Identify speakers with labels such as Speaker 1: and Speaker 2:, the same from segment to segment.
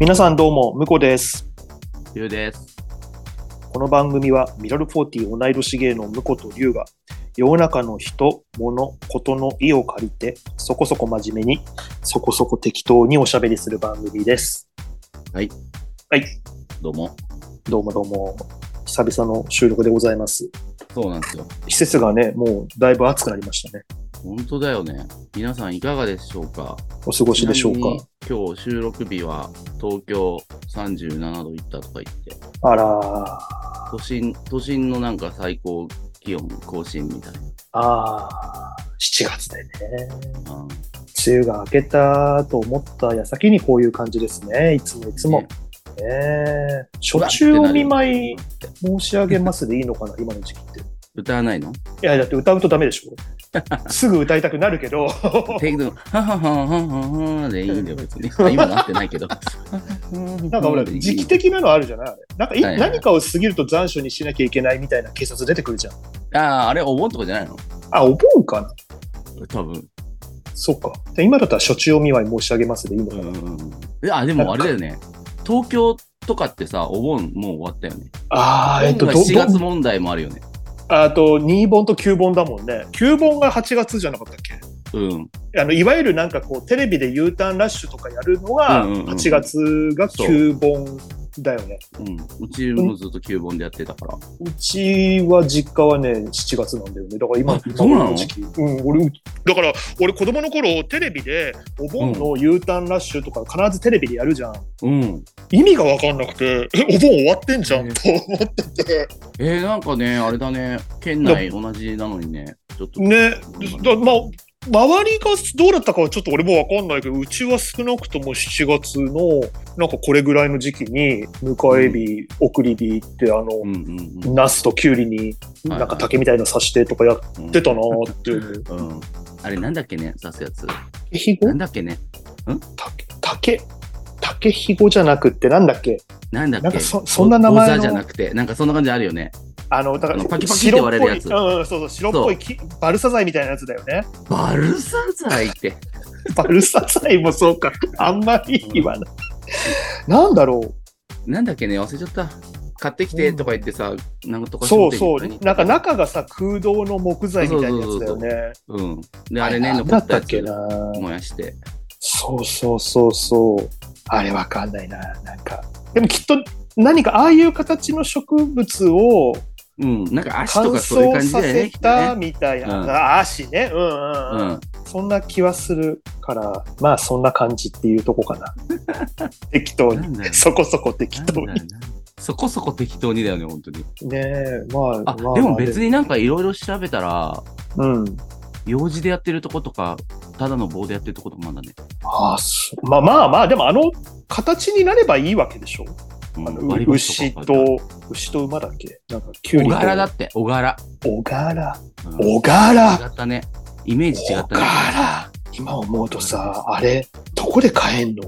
Speaker 1: 皆さんどうも、むこです。
Speaker 2: ゆうです。
Speaker 1: この番組は、ミラル40同い年芸のむことりゅうが、世の中の人、物、ことの意を借りて、そこそこ真面目に、そこそこ適当におしゃべりする番組です。
Speaker 2: はい。
Speaker 1: はい。
Speaker 2: どうも。
Speaker 1: どうもどうも、久々の収録でございます。
Speaker 2: そうなんですよ。
Speaker 1: 季節がね、もうだいぶ暑くなりましたね。
Speaker 2: 本当だよね。皆さんいかがでしょうか
Speaker 1: お過ごしでしょう
Speaker 2: ちなみに
Speaker 1: か。
Speaker 2: 今日収録日は東京37度いったとか言って、
Speaker 1: あら
Speaker 2: 都心、都心のなんか最高気温更新みたい
Speaker 1: ー、あー、7月でね。
Speaker 2: な。うん
Speaker 1: 梅雨が明けたと思った矢先にこういう感じですね。いつもいつも
Speaker 2: ね。
Speaker 1: ねえ初中お見舞い
Speaker 2: ってな
Speaker 1: 申
Speaker 2: る
Speaker 1: し上げますでいいのかな、今の時期って。い
Speaker 2: 歌わないの
Speaker 1: や、だって歌うとダメで しょ。すぐ歌いたくなるけど、
Speaker 2: テイクの、ははははははでいいんだよ、別 に。今なってないけど。
Speaker 1: なん かほら、時期的なのあるじゃないあれなんかい
Speaker 2: はいはい
Speaker 1: 何かを過ぎると残暑にしなきゃいけないみたいな警察出てくるじゃん。
Speaker 2: ああ、あれお盆とかじゃないの
Speaker 1: あ、お盆かな
Speaker 2: 多分。
Speaker 1: そっか。で今だったら初中お見舞い申し上げますでいいのかな。
Speaker 2: いや、でもあれだよね。東京とかってさ、お盆もう終わったよね。
Speaker 1: ああ、えっと、
Speaker 2: 今
Speaker 1: ど、
Speaker 2: 回4月
Speaker 1: ど、
Speaker 2: 問題もあるよね。
Speaker 1: あと、2本と9本だもんね。9本が8月じゃなかったっけ
Speaker 2: うん。
Speaker 1: あのいわゆるなんかこうテレビで U ターンラッシュとかやるのが
Speaker 2: うんうんうん
Speaker 1: 8月が9本だよね。
Speaker 2: うん。うちもずっと旧盆でやってたから。
Speaker 1: うちは実家はね7月なんだよね。だから今
Speaker 2: あそうなの
Speaker 1: 今時期うん、俺うだから俺子供の頃テレビでお盆の U ターンラッシュとか必ずテレビでやるじゃん。
Speaker 2: うん。
Speaker 1: 意味が分かんなくて えお盆終わってんじゃん
Speaker 2: ね
Speaker 1: と思ってて
Speaker 2: えー、なんかね、あれだね。県内同じなのにね。ちょっと。
Speaker 1: ねだまあ周りがどうだったかはちょっと俺も分かんないけどうちは少なくとも7月のなんかこれぐらいの時期に迎え日、送り日ってあの、
Speaker 2: うんうんうん。
Speaker 1: ナスとキュウリに
Speaker 2: はい
Speaker 1: なんか竹みたいな刺してとかやってたなーっていう、
Speaker 2: うん。あれなんだっけね、刺すやつ。
Speaker 1: 竹ひご
Speaker 2: なんだっけね。
Speaker 1: 竹竹竹ひごじゃなくってなんだっけ
Speaker 2: なんだっけ。
Speaker 1: なんかそそんな名前の
Speaker 2: おざじゃなくて、なんかそんな感じあるよね。
Speaker 1: あのだか
Speaker 2: あ
Speaker 1: ら
Speaker 2: のパキパキって割れるやつ
Speaker 1: 白っぽいうん、そうそう白っぽいきバルサ材みたいなやつだよね
Speaker 2: バルサザイって。
Speaker 1: バルサ材もそうかあんまり言わない、なんだろう
Speaker 2: なんだっけね、忘れちゃった。買ってきてとか言ってさ、なんとか
Speaker 1: そう
Speaker 2: 商
Speaker 1: そ
Speaker 2: 店に買いに行
Speaker 1: う
Speaker 2: っ。た
Speaker 1: なんか中がさ、空洞の木材みたいなやつだよね。
Speaker 2: うん。で、あれね、
Speaker 1: なん
Speaker 2: 残
Speaker 1: だ
Speaker 2: っ
Speaker 1: ったた
Speaker 2: や
Speaker 1: っけ
Speaker 2: つ
Speaker 1: な。
Speaker 2: 燃やして。
Speaker 1: そうそうそうそう。あれわかんないな。なんか。でもきっと何かああいう形の植物を
Speaker 2: うん。なんか足
Speaker 1: 乾
Speaker 2: とかそういう
Speaker 1: 燥
Speaker 2: 感じ
Speaker 1: さ
Speaker 2: だよ
Speaker 1: せ
Speaker 2: ね。きっと
Speaker 1: た
Speaker 2: ね
Speaker 1: みたいな。
Speaker 2: うん
Speaker 1: あ足ね。うんうん、
Speaker 2: う
Speaker 1: うん、
Speaker 2: ん。
Speaker 1: そんな気はするから、まあそんな感じっていうとこ かな。適当
Speaker 2: な
Speaker 1: に。
Speaker 2: んだよ。
Speaker 1: そこそこ適当
Speaker 2: なんだよなそこそこ適当にだよね、本当に。
Speaker 1: ねえ、まあ。
Speaker 2: あ、でも別
Speaker 1: に。
Speaker 2: になんかいろいろ調べたら、
Speaker 1: うん。
Speaker 2: 用事でやってるとことか、ただの棒でやってるとこともあんだね。
Speaker 1: ああ、そうまあまあまあ、でもあの形になればいいわけでしょ。
Speaker 2: うん
Speaker 1: あの
Speaker 2: 割り
Speaker 1: う
Speaker 2: 箸
Speaker 1: 牛
Speaker 2: か書いて
Speaker 1: と、牛と馬だっけなんか、キュ
Speaker 2: あ
Speaker 1: ウ
Speaker 2: る
Speaker 1: リ
Speaker 2: 小
Speaker 1: と。
Speaker 2: 柄だって、小柄。
Speaker 1: 小柄。
Speaker 2: うん
Speaker 1: 小柄。
Speaker 2: 違ったね。イメージ違
Speaker 1: 小
Speaker 2: ったね。
Speaker 1: 柄。今思うとさ、あれ、どこで買えんの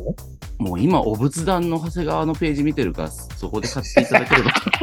Speaker 2: もう今、お仏壇の長谷川のページ見てるから、そこで買っていただければ。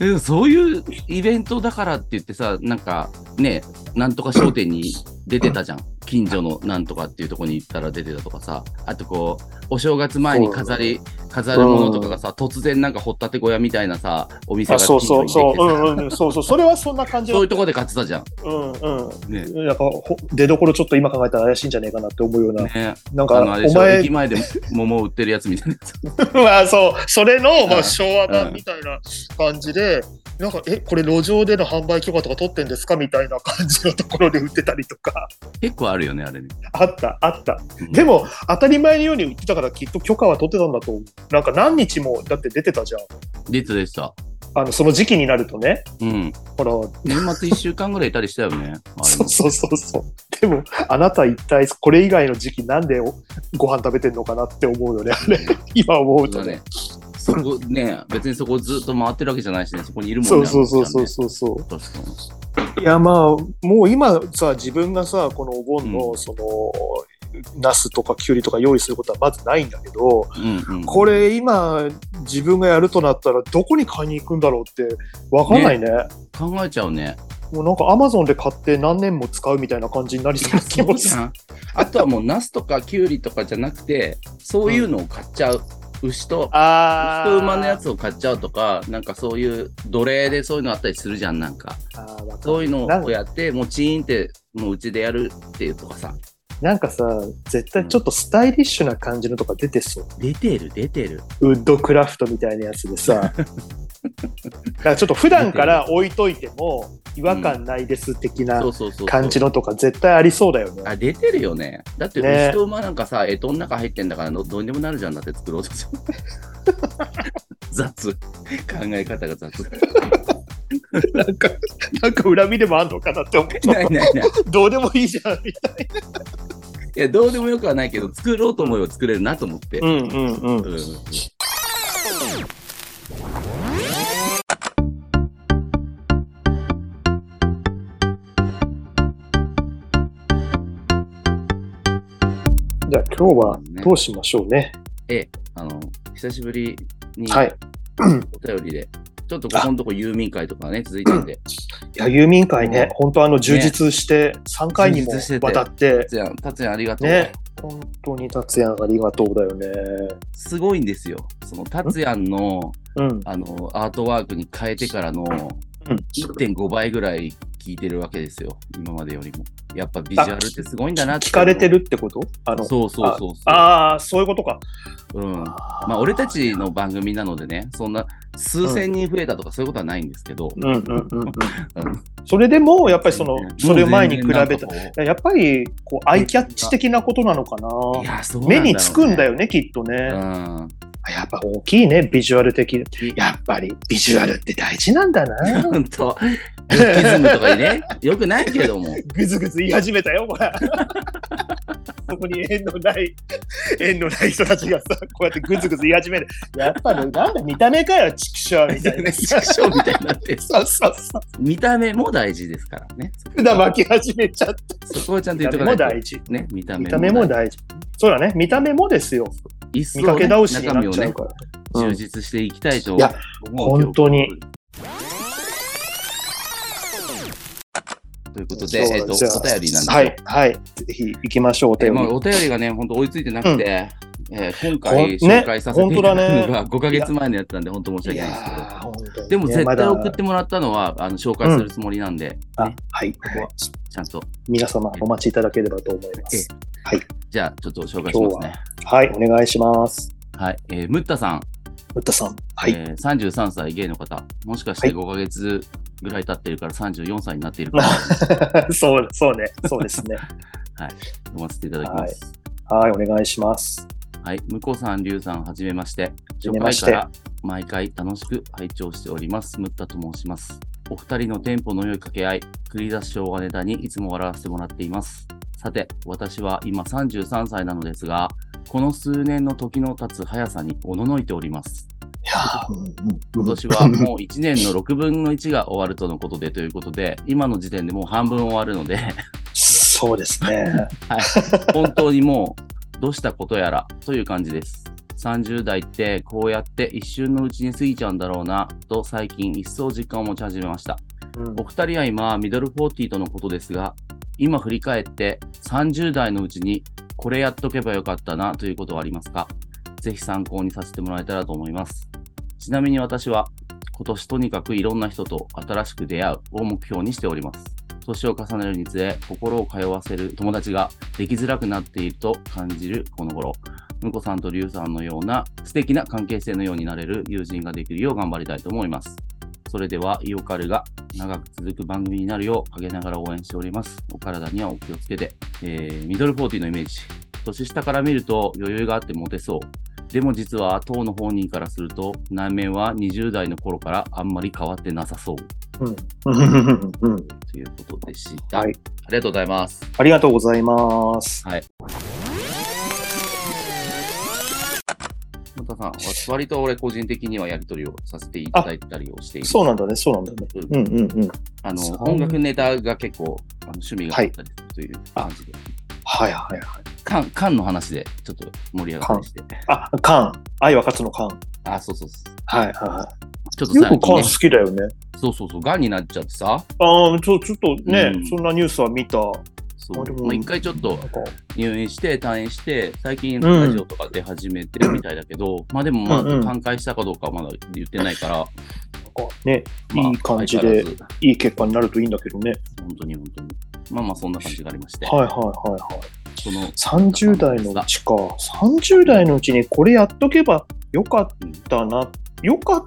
Speaker 2: でもそういうイベントだからって言ってさ、なんかね、なんとか商店に出てたじゃん。近所のなんとかっていうとこに行ったら出てたとかさ、あとこう、お正月前に飾り、飾るものとかがさ、突然なんか掘ったて小屋みたいなさ、お店が
Speaker 1: あ、
Speaker 2: 近所
Speaker 1: そう
Speaker 2: に
Speaker 1: そうそう。う
Speaker 2: できてさ
Speaker 1: んうん。そうそう。それはそんな感じ
Speaker 2: そう
Speaker 1: だ
Speaker 2: いうとこで買ってたじゃん。
Speaker 1: うんう
Speaker 2: ね。
Speaker 1: ん。なんか、ほ出どころちょっと今考えたら怪しいんじゃねえかなって思うような。
Speaker 2: ね
Speaker 1: なん
Speaker 2: あ
Speaker 1: か
Speaker 2: の、あれで
Speaker 1: お
Speaker 2: しょ、
Speaker 1: 前
Speaker 2: 駅、前で桃売ってるやつみたいなや つ。
Speaker 1: まあそう、それの、ま
Speaker 2: う
Speaker 1: あ、
Speaker 2: ん
Speaker 1: 昭和
Speaker 2: う
Speaker 1: 版
Speaker 2: ん
Speaker 1: みたいな感じで、なんか、え、これ路上での販売許可とか取ってんですかみたいな感じのところで売ってたりとか。
Speaker 2: 結構あるよね、あれね。
Speaker 1: あった、あった。
Speaker 2: うん
Speaker 1: でも当たり前のように売ってたからきっと許可は取ってたんだと思う。なんか何日もだって出てたじゃん。
Speaker 2: 出てた出てた。
Speaker 1: あのその時期になるとね。
Speaker 2: うん。
Speaker 1: ほら、
Speaker 2: 年末1週間ぐらいいたり したよね。あれ
Speaker 1: そうそうそうそう。でもあなた一体これ以外の時期なんでおご飯食べてんのかなって思うよね。あれ今思う
Speaker 2: そ
Speaker 1: と
Speaker 2: うだ
Speaker 1: ね
Speaker 2: ね。。そこね、別にそこずっと回ってるわけじゃないしね、そこにいるもんね。
Speaker 1: そうそうそうそう
Speaker 2: そ。
Speaker 1: そうそう
Speaker 2: 確か
Speaker 1: う。
Speaker 2: に。
Speaker 1: いやまあもう今さ自分がさこのお盆のその、ナスとかキュウリとか用意することはまずないんだけど、
Speaker 2: うんうん。
Speaker 1: これ今自分がやるとなったらどこに買いに行くんだろうってわかんないね
Speaker 2: 考えちゃうね。
Speaker 1: もうなんかアマゾンで買って何年も使うみたいな感じになりそうな 気もする。
Speaker 2: ああとはもう、ナスとかキュウリとかじゃなくて、そういうのを買っちゃう。牛と、
Speaker 1: あ
Speaker 2: 牛と馬のやつを買っちゃうとか、なんかそういう奴隷でそういうのあったりするじゃん、なんか。
Speaker 1: あーわかる
Speaker 2: そういうの
Speaker 1: なん
Speaker 2: をやって、もうチーンって、もううちでやるっていうとかさ。
Speaker 1: なんかさ、絶対ちょっとスタイリッシュな感じのとか出てそう。
Speaker 2: 出てる、出てる。
Speaker 1: ウッドクラフトみたいなやつで さ。だからちょっと普段から置いといても違和感ないです的な
Speaker 2: そうそうそうそう。
Speaker 1: 感じのとか絶対ありそうだよね。
Speaker 2: あ、出てるよね。だって、
Speaker 1: ね
Speaker 2: 牛と馬なんかさ、えとん中入ってんだからど、どうにでもなるじゃんだって 作ろうとする。雑。考え方が雑。
Speaker 1: なんか、なんか恨みでもあんのかなって思う。
Speaker 2: ないないない。
Speaker 1: どうでもいいじゃんみたい
Speaker 2: いや、どうでもよくはないけど、作ろうと思えば作れるなと思って。
Speaker 1: な。うんうんうん。
Speaker 2: うん
Speaker 1: じゃあ今日はどうしましょうね。
Speaker 2: あの、久しぶりに
Speaker 1: はい。
Speaker 2: お便りで、ちょっとここのとこ郵便会とかね、続いてるんで、
Speaker 1: いや、郵民会ね、
Speaker 2: うん
Speaker 1: 本当あの、充実して、3回にも
Speaker 2: 充実してて
Speaker 1: わたって、
Speaker 2: 達也、達也ありがとう。
Speaker 1: ね、本当に達也ありがとうだよね。
Speaker 2: すごいんですよ。その、達也の、
Speaker 1: うん。
Speaker 2: あの、アートワークに変えてからの
Speaker 1: うん
Speaker 2: 1.5倍ぐらい聞いてるわけですよ。今までよりも。やっぱビジュアルってすごいんだなって。
Speaker 1: 聞かれてるってことあの、
Speaker 2: そうそうそうそう。
Speaker 1: ああ、そういうことか。
Speaker 2: うん。ま
Speaker 1: ま
Speaker 2: あ、俺たちの番組なのでね、そんな数千人増えたとかそういうことはないんですけど、
Speaker 1: うんうんうんうん。
Speaker 2: うん
Speaker 1: それでも、やっぱりその、それを前に比べた
Speaker 2: もう全然
Speaker 1: い
Speaker 2: なんかこ
Speaker 1: ややっぱり、こう、アイキャッチ的なことなのかな。
Speaker 2: ういや、そうなん
Speaker 1: 目
Speaker 2: だろうね
Speaker 1: につくんだ。よね、きっとね。
Speaker 2: う
Speaker 1: や
Speaker 2: ん。
Speaker 1: っぱ大きいね、ビジュアル的。やっぱり、ビジュアルって大事なんだな。
Speaker 2: ほんと、ルッキズムとかに ね、よくないけども。
Speaker 1: ぐずぐず言い始めたよ、ほら。 そこに縁のない、縁のない人たちがさ、こうやってぐずぐず言い始める。やっぱね、なんだ見た目かよ、ちくしょうみたいな。
Speaker 2: 縮小みたいになって、
Speaker 1: そうそうそ
Speaker 2: 見た目も大事ですからね。
Speaker 1: う。だ巻き始めちゃっ
Speaker 2: そこはちゃんと言
Speaker 1: た。見た目
Speaker 2: っとかな
Speaker 1: も
Speaker 2: いと。
Speaker 1: 大事。
Speaker 2: ね、見た目
Speaker 1: 見た目も大事。そうだね、見た目もですよ。
Speaker 2: 一層
Speaker 1: 見
Speaker 2: ね
Speaker 1: かけ倒しにな
Speaker 2: 中身
Speaker 1: っ
Speaker 2: を
Speaker 1: ちゃ
Speaker 2: ね
Speaker 1: う、から。
Speaker 2: 充実していきたいと
Speaker 1: いや
Speaker 2: 思う。
Speaker 1: 本当に。
Speaker 2: というこ
Speaker 1: そ
Speaker 2: と
Speaker 1: う
Speaker 2: で、えっと、お
Speaker 1: じゃあ
Speaker 2: 便りなんですよ。
Speaker 1: はい、はい。ぜひ行きましょう、お
Speaker 2: で
Speaker 1: 便
Speaker 2: まあ、
Speaker 1: り。
Speaker 2: お便りがね、本当追いついてなくて、えー今
Speaker 1: ほん
Speaker 2: 回
Speaker 1: ね
Speaker 2: 紹介させていただくの
Speaker 1: 本当だ
Speaker 2: が5ヶ月前のやつなんで、本当申し
Speaker 1: い
Speaker 2: 訳ないですけど。
Speaker 1: やー本当に
Speaker 2: でも
Speaker 1: ね
Speaker 2: 絶
Speaker 1: ま
Speaker 2: 対
Speaker 1: だ
Speaker 2: 送ってもらったのは、あの紹介するつもりなんで、
Speaker 1: あ
Speaker 2: ね
Speaker 1: はい、ここは
Speaker 2: ちゃんと。
Speaker 1: 皆様お待ちいただければと思います。
Speaker 2: じゃあ、ちょっと紹介しますね。
Speaker 1: はい、お願いします。
Speaker 2: はい。えー、ムッタさん、
Speaker 1: ムッタさん。はい。
Speaker 2: えー、33歳、ゲイの方。もしかして
Speaker 1: はい
Speaker 2: 5ヶ月ぐらい経ってるから34歳になっているかも
Speaker 1: そう、そうね。そうですね。
Speaker 2: 読ませていただきます。
Speaker 1: はい、お願いします。
Speaker 2: はい。向こうさん、りゅうさん、はじめまして。
Speaker 1: じ
Speaker 2: 初
Speaker 1: めま
Speaker 2: 回
Speaker 1: し
Speaker 2: か
Speaker 1: て。
Speaker 2: ら毎回楽しく拝聴しております。ムッタと申します。お二人のテンポの良い掛け合い、繰り出しをネタにいつも笑わせてもらっています。さて、私は今33歳なのですが、この数年の時の経つ速さにおののいております。
Speaker 1: いやーうん
Speaker 2: 今
Speaker 1: うん
Speaker 2: 年 はもう1年の6分の1が終わるとのことでということで、今の時点でもう半分終わるので、
Speaker 1: そうですね。
Speaker 2: 本当にもうどうしたことやらという感じです。30代ってこうやって一瞬のうちに過ぎちゃうんだろうなと最近一層実感を持ち始めました。
Speaker 1: うん
Speaker 2: お二人は今ミドル40とのことですが、今振り返って30代のうちにこれやっとけばよかったなということはありますかぜひ参考にさせてもらえたらと思います。ちなみに私は今年とにかくいろんな人と新しく出会うを目標にしております。年を重ねるにつれ心を通わせる友達ができづらくなっていると感じるこの頃、むこさんとりゅうさんのような素敵な関係性のようになれる友人ができるよう頑張りたいと思います。それでは、イオカルが長く続く番組になるよう陰ながら応援しております。お体にはお気をつけて。えーミドルフォーティーのイメージ。年下から見ると余裕があってモテそう。でも実は当の本人からすると内面は20代の頃からあんまり変わってなさそう
Speaker 1: うんうんうん
Speaker 2: ということでした。
Speaker 1: はい
Speaker 2: ありがとうございます。
Speaker 1: ありがとうございます。
Speaker 2: はい。本田さん、割と俺個人的にはやり取りをさせていただいたりをしている。
Speaker 1: そうなんだね、そうなんだね。
Speaker 2: うん
Speaker 1: うんうんうん。
Speaker 2: あの
Speaker 1: そう
Speaker 2: 音楽ネタが結構あの趣味があったりするという感じで、
Speaker 1: はいはい。
Speaker 2: カンカンの話でちょっと盛り上がったりして、
Speaker 1: あ、カン。愛は勝つのカン。
Speaker 2: あ、そうそうそう
Speaker 1: はいはいはい。
Speaker 2: ちょっと
Speaker 1: ゆうく
Speaker 2: 最
Speaker 1: ん缶
Speaker 2: 近、
Speaker 1: 好
Speaker 2: ね、
Speaker 1: きだよね。
Speaker 2: そうそうそう、がんになっちゃってさ、
Speaker 1: ああ、ちょちょっとね、
Speaker 2: うん
Speaker 1: そんなニュースは見た。
Speaker 2: そう
Speaker 1: あでも
Speaker 2: まあ一回ちょっと
Speaker 1: なんか
Speaker 2: 入院して、退院して、最近
Speaker 1: うん
Speaker 2: ラジオとか出始めてるみたいだけど、まあでもまあ、
Speaker 1: うんうん
Speaker 2: 寛解したかどうかはまだ言ってないから、
Speaker 1: ね、
Speaker 2: まあ
Speaker 1: いい感じで
Speaker 2: 相変わらず
Speaker 1: いい結果になるといいんだけどね。
Speaker 2: 本当に本当に。まあまあ、そんな感じがありまして、
Speaker 1: はいはいはいはい。
Speaker 2: その、
Speaker 1: 30代のうちか。30代のうちにこれやっとけばよかったな。よかっ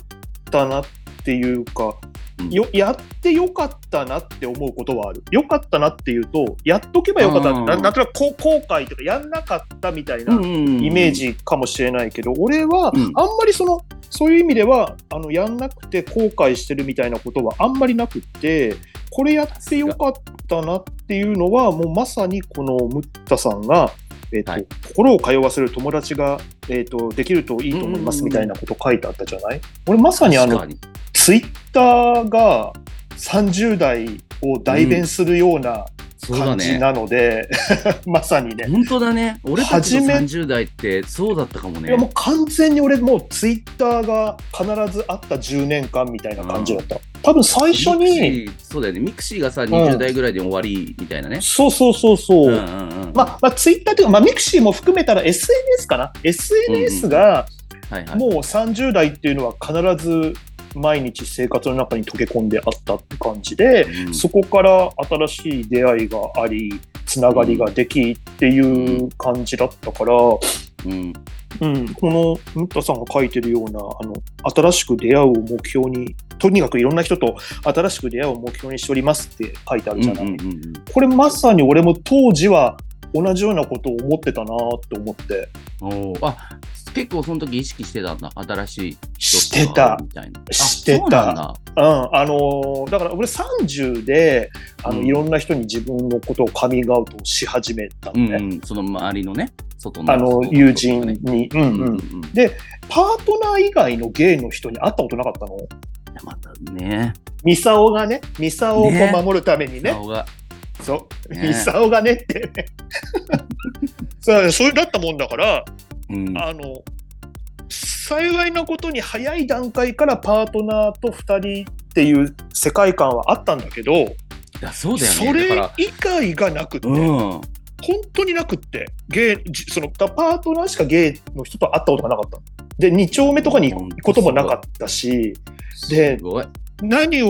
Speaker 1: たなっていうか、
Speaker 2: うん
Speaker 1: よやってよかったなって思うことはある。よかったなっていうと、やっとけばよかった
Speaker 2: うん
Speaker 1: な。なんとなくこう後悔とか、やんなかったみたいなイ
Speaker 2: イ
Speaker 1: メージかもしれないけど、俺は
Speaker 2: うん
Speaker 1: あんまりその、そういう意味ではあのやんなくて後悔してるみたいなことはあんまりなくってこれやってよかったなっていうのはもうまさにこのムッタさんが、えっと
Speaker 2: はい
Speaker 1: 心を通わせる友達が、えっとできるといいと思いますみたいなこと書いてあったじゃない、俺まさにあの
Speaker 2: 確かに
Speaker 1: ツイッターが30代を代弁するような
Speaker 2: そうだ
Speaker 1: 感じ
Speaker 2: ね。
Speaker 1: なので、 まさにね。
Speaker 2: 本当だね。俺たち
Speaker 1: 初
Speaker 2: の
Speaker 1: め
Speaker 2: 30代ってそうだったかも
Speaker 1: い
Speaker 2: ね
Speaker 1: や。もう完全に俺もうツイッターが必ずあった10年間みたいな感じだった、多分最初に
Speaker 2: ミクシーそうだよね。ミクシーがさ、
Speaker 1: ん
Speaker 2: 20代ぐらいで終わりみたいなね。
Speaker 1: そうそうそうそう、
Speaker 2: うんうんうん。
Speaker 1: まあ、まあ、ツイッターっていうか、まあ、ミクシーも含めたら SNS かな SNS が
Speaker 2: はいはい。
Speaker 1: もう30代っていうのは必ず毎日生活の中に溶け込んであったって感じで、
Speaker 2: うん
Speaker 1: そこから新しい出会いがありつながりができっていう感じだったから、
Speaker 2: うん
Speaker 1: うん、このムッタさんが書いてるようなあの新しく出会うを目標にとにかくいろんな人と新しく出会うを目標にしておりますって書いてあるじゃない、
Speaker 2: うんうんうんうん
Speaker 1: これまさに俺も当時は同じようなことを思ってたなって思って
Speaker 2: おーあ結構その時意識してたんだ。新しい
Speaker 1: し
Speaker 2: 人
Speaker 1: て
Speaker 2: と
Speaker 1: た
Speaker 2: 会うみたいな。あ
Speaker 1: してた
Speaker 2: そうなんだ。
Speaker 1: うん、あのーだから俺30であの、
Speaker 2: うん
Speaker 1: いろんな人に自分のことをカミングアウトし始めたの
Speaker 2: うん
Speaker 1: ね、
Speaker 2: うん。その周りのね、外の。
Speaker 1: あの
Speaker 2: 外
Speaker 1: 友人
Speaker 2: ね
Speaker 1: に、うん
Speaker 2: うん
Speaker 1: う
Speaker 2: う
Speaker 1: ん、
Speaker 2: うんん。
Speaker 1: パートナー以外のゲイの人に会ったことなかったの
Speaker 2: いやまたね、
Speaker 1: ミサオがねミサオをこう守るためにね
Speaker 2: 顔が。
Speaker 1: そう、
Speaker 2: ね
Speaker 1: ミサオがねって ねそうそうだったもんだから、
Speaker 2: うん。
Speaker 1: あの幸いなことに早い段階からパートナーと2人っていう世界観はあったんだけど
Speaker 2: いやそうだよね。
Speaker 1: そ
Speaker 2: だか
Speaker 1: れ
Speaker 2: ら
Speaker 1: 以外がなくって、
Speaker 2: うん。
Speaker 1: 本
Speaker 2: は
Speaker 1: 当になくってゲイじそのだパートナーしかゲイの人と会ったことがなかったので2丁目とかに行くこともなかったしです
Speaker 2: ごい。
Speaker 1: 何を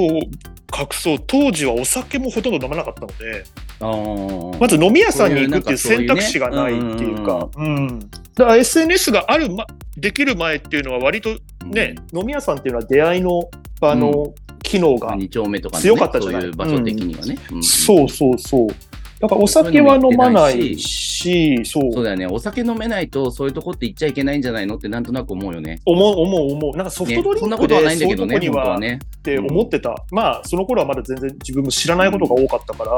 Speaker 1: 隠そう当時はお酒もほとんど飲まなかったので。ま
Speaker 2: ま
Speaker 1: ず飲み屋さんに行くっていう選択肢がないっていうか、うんだから SNS がある、ま、できる前っていうのは割とね、、飲み屋さんっていうのは出会いの場の機能が、
Speaker 2: 2丁目とかのね
Speaker 1: 強かったじ
Speaker 2: そ
Speaker 1: ゃな
Speaker 2: う
Speaker 1: い
Speaker 2: いう場所的にはね。うん
Speaker 1: そうそうそう。だからお酒は飲まないし、そう
Speaker 2: そうだよね。お酒飲めないと、そういうとこって行っちゃいけないんじゃないのってなんとなく思うよね。
Speaker 1: 思う思う思う。なんかソフ
Speaker 2: ね
Speaker 1: トドリ
Speaker 2: そん
Speaker 1: ン
Speaker 2: な
Speaker 1: ク
Speaker 2: こ
Speaker 1: で
Speaker 2: とはないん
Speaker 1: そ
Speaker 2: だ
Speaker 1: う
Speaker 2: け
Speaker 1: いう
Speaker 2: ど
Speaker 1: と
Speaker 2: ね、
Speaker 1: こに
Speaker 2: 本当
Speaker 1: は
Speaker 2: は
Speaker 1: っ
Speaker 2: ね。
Speaker 1: て思ってた。まあその頃はまだ全然自分も知らないことが多かったから、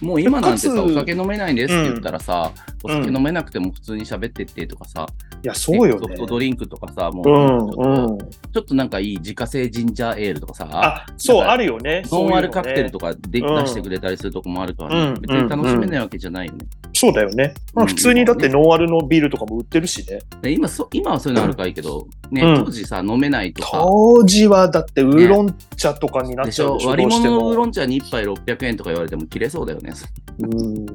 Speaker 2: もう今なんて
Speaker 1: か
Speaker 2: さ、
Speaker 1: つ
Speaker 2: お酒飲めないんですって言ったらさ、お
Speaker 1: うん
Speaker 2: 酒飲めなくても普通に喋ってってとかさ、
Speaker 1: いや、そうよ
Speaker 2: ねソフ
Speaker 1: ね
Speaker 2: ト。ドリンクとかさ、も
Speaker 1: う
Speaker 2: うち
Speaker 1: ん
Speaker 2: ょっと、
Speaker 1: うん。
Speaker 2: ちょっとなんかいい自家製ジンジャーエールとかさ、
Speaker 1: あ、そう、
Speaker 2: なんか
Speaker 1: あるよね。
Speaker 2: ノンアルカ
Speaker 1: そう
Speaker 2: ク
Speaker 1: いうのね
Speaker 2: テルとかで出
Speaker 1: うん
Speaker 2: してくれたりするとこもあるから
Speaker 1: う
Speaker 2: ね
Speaker 1: ん、
Speaker 2: 別に楽しめないわけじゃないよね。
Speaker 1: そうだよね。まあ、
Speaker 2: うん
Speaker 1: 普通にだってノンアルのビールとかも売ってるしね。
Speaker 2: で今そ、今はそういうのあるからいいけど、ね、
Speaker 1: うん
Speaker 2: 当時さ、飲めないとか、
Speaker 1: 当時はだってウーロン茶とかになっ
Speaker 2: でし
Speaker 1: ちゃう
Speaker 2: ょ
Speaker 1: でしょ。
Speaker 2: 割り物のウー
Speaker 1: ど
Speaker 2: ロン茶に1杯600円とか言われても切れそうだよね。
Speaker 1: うしてもうん。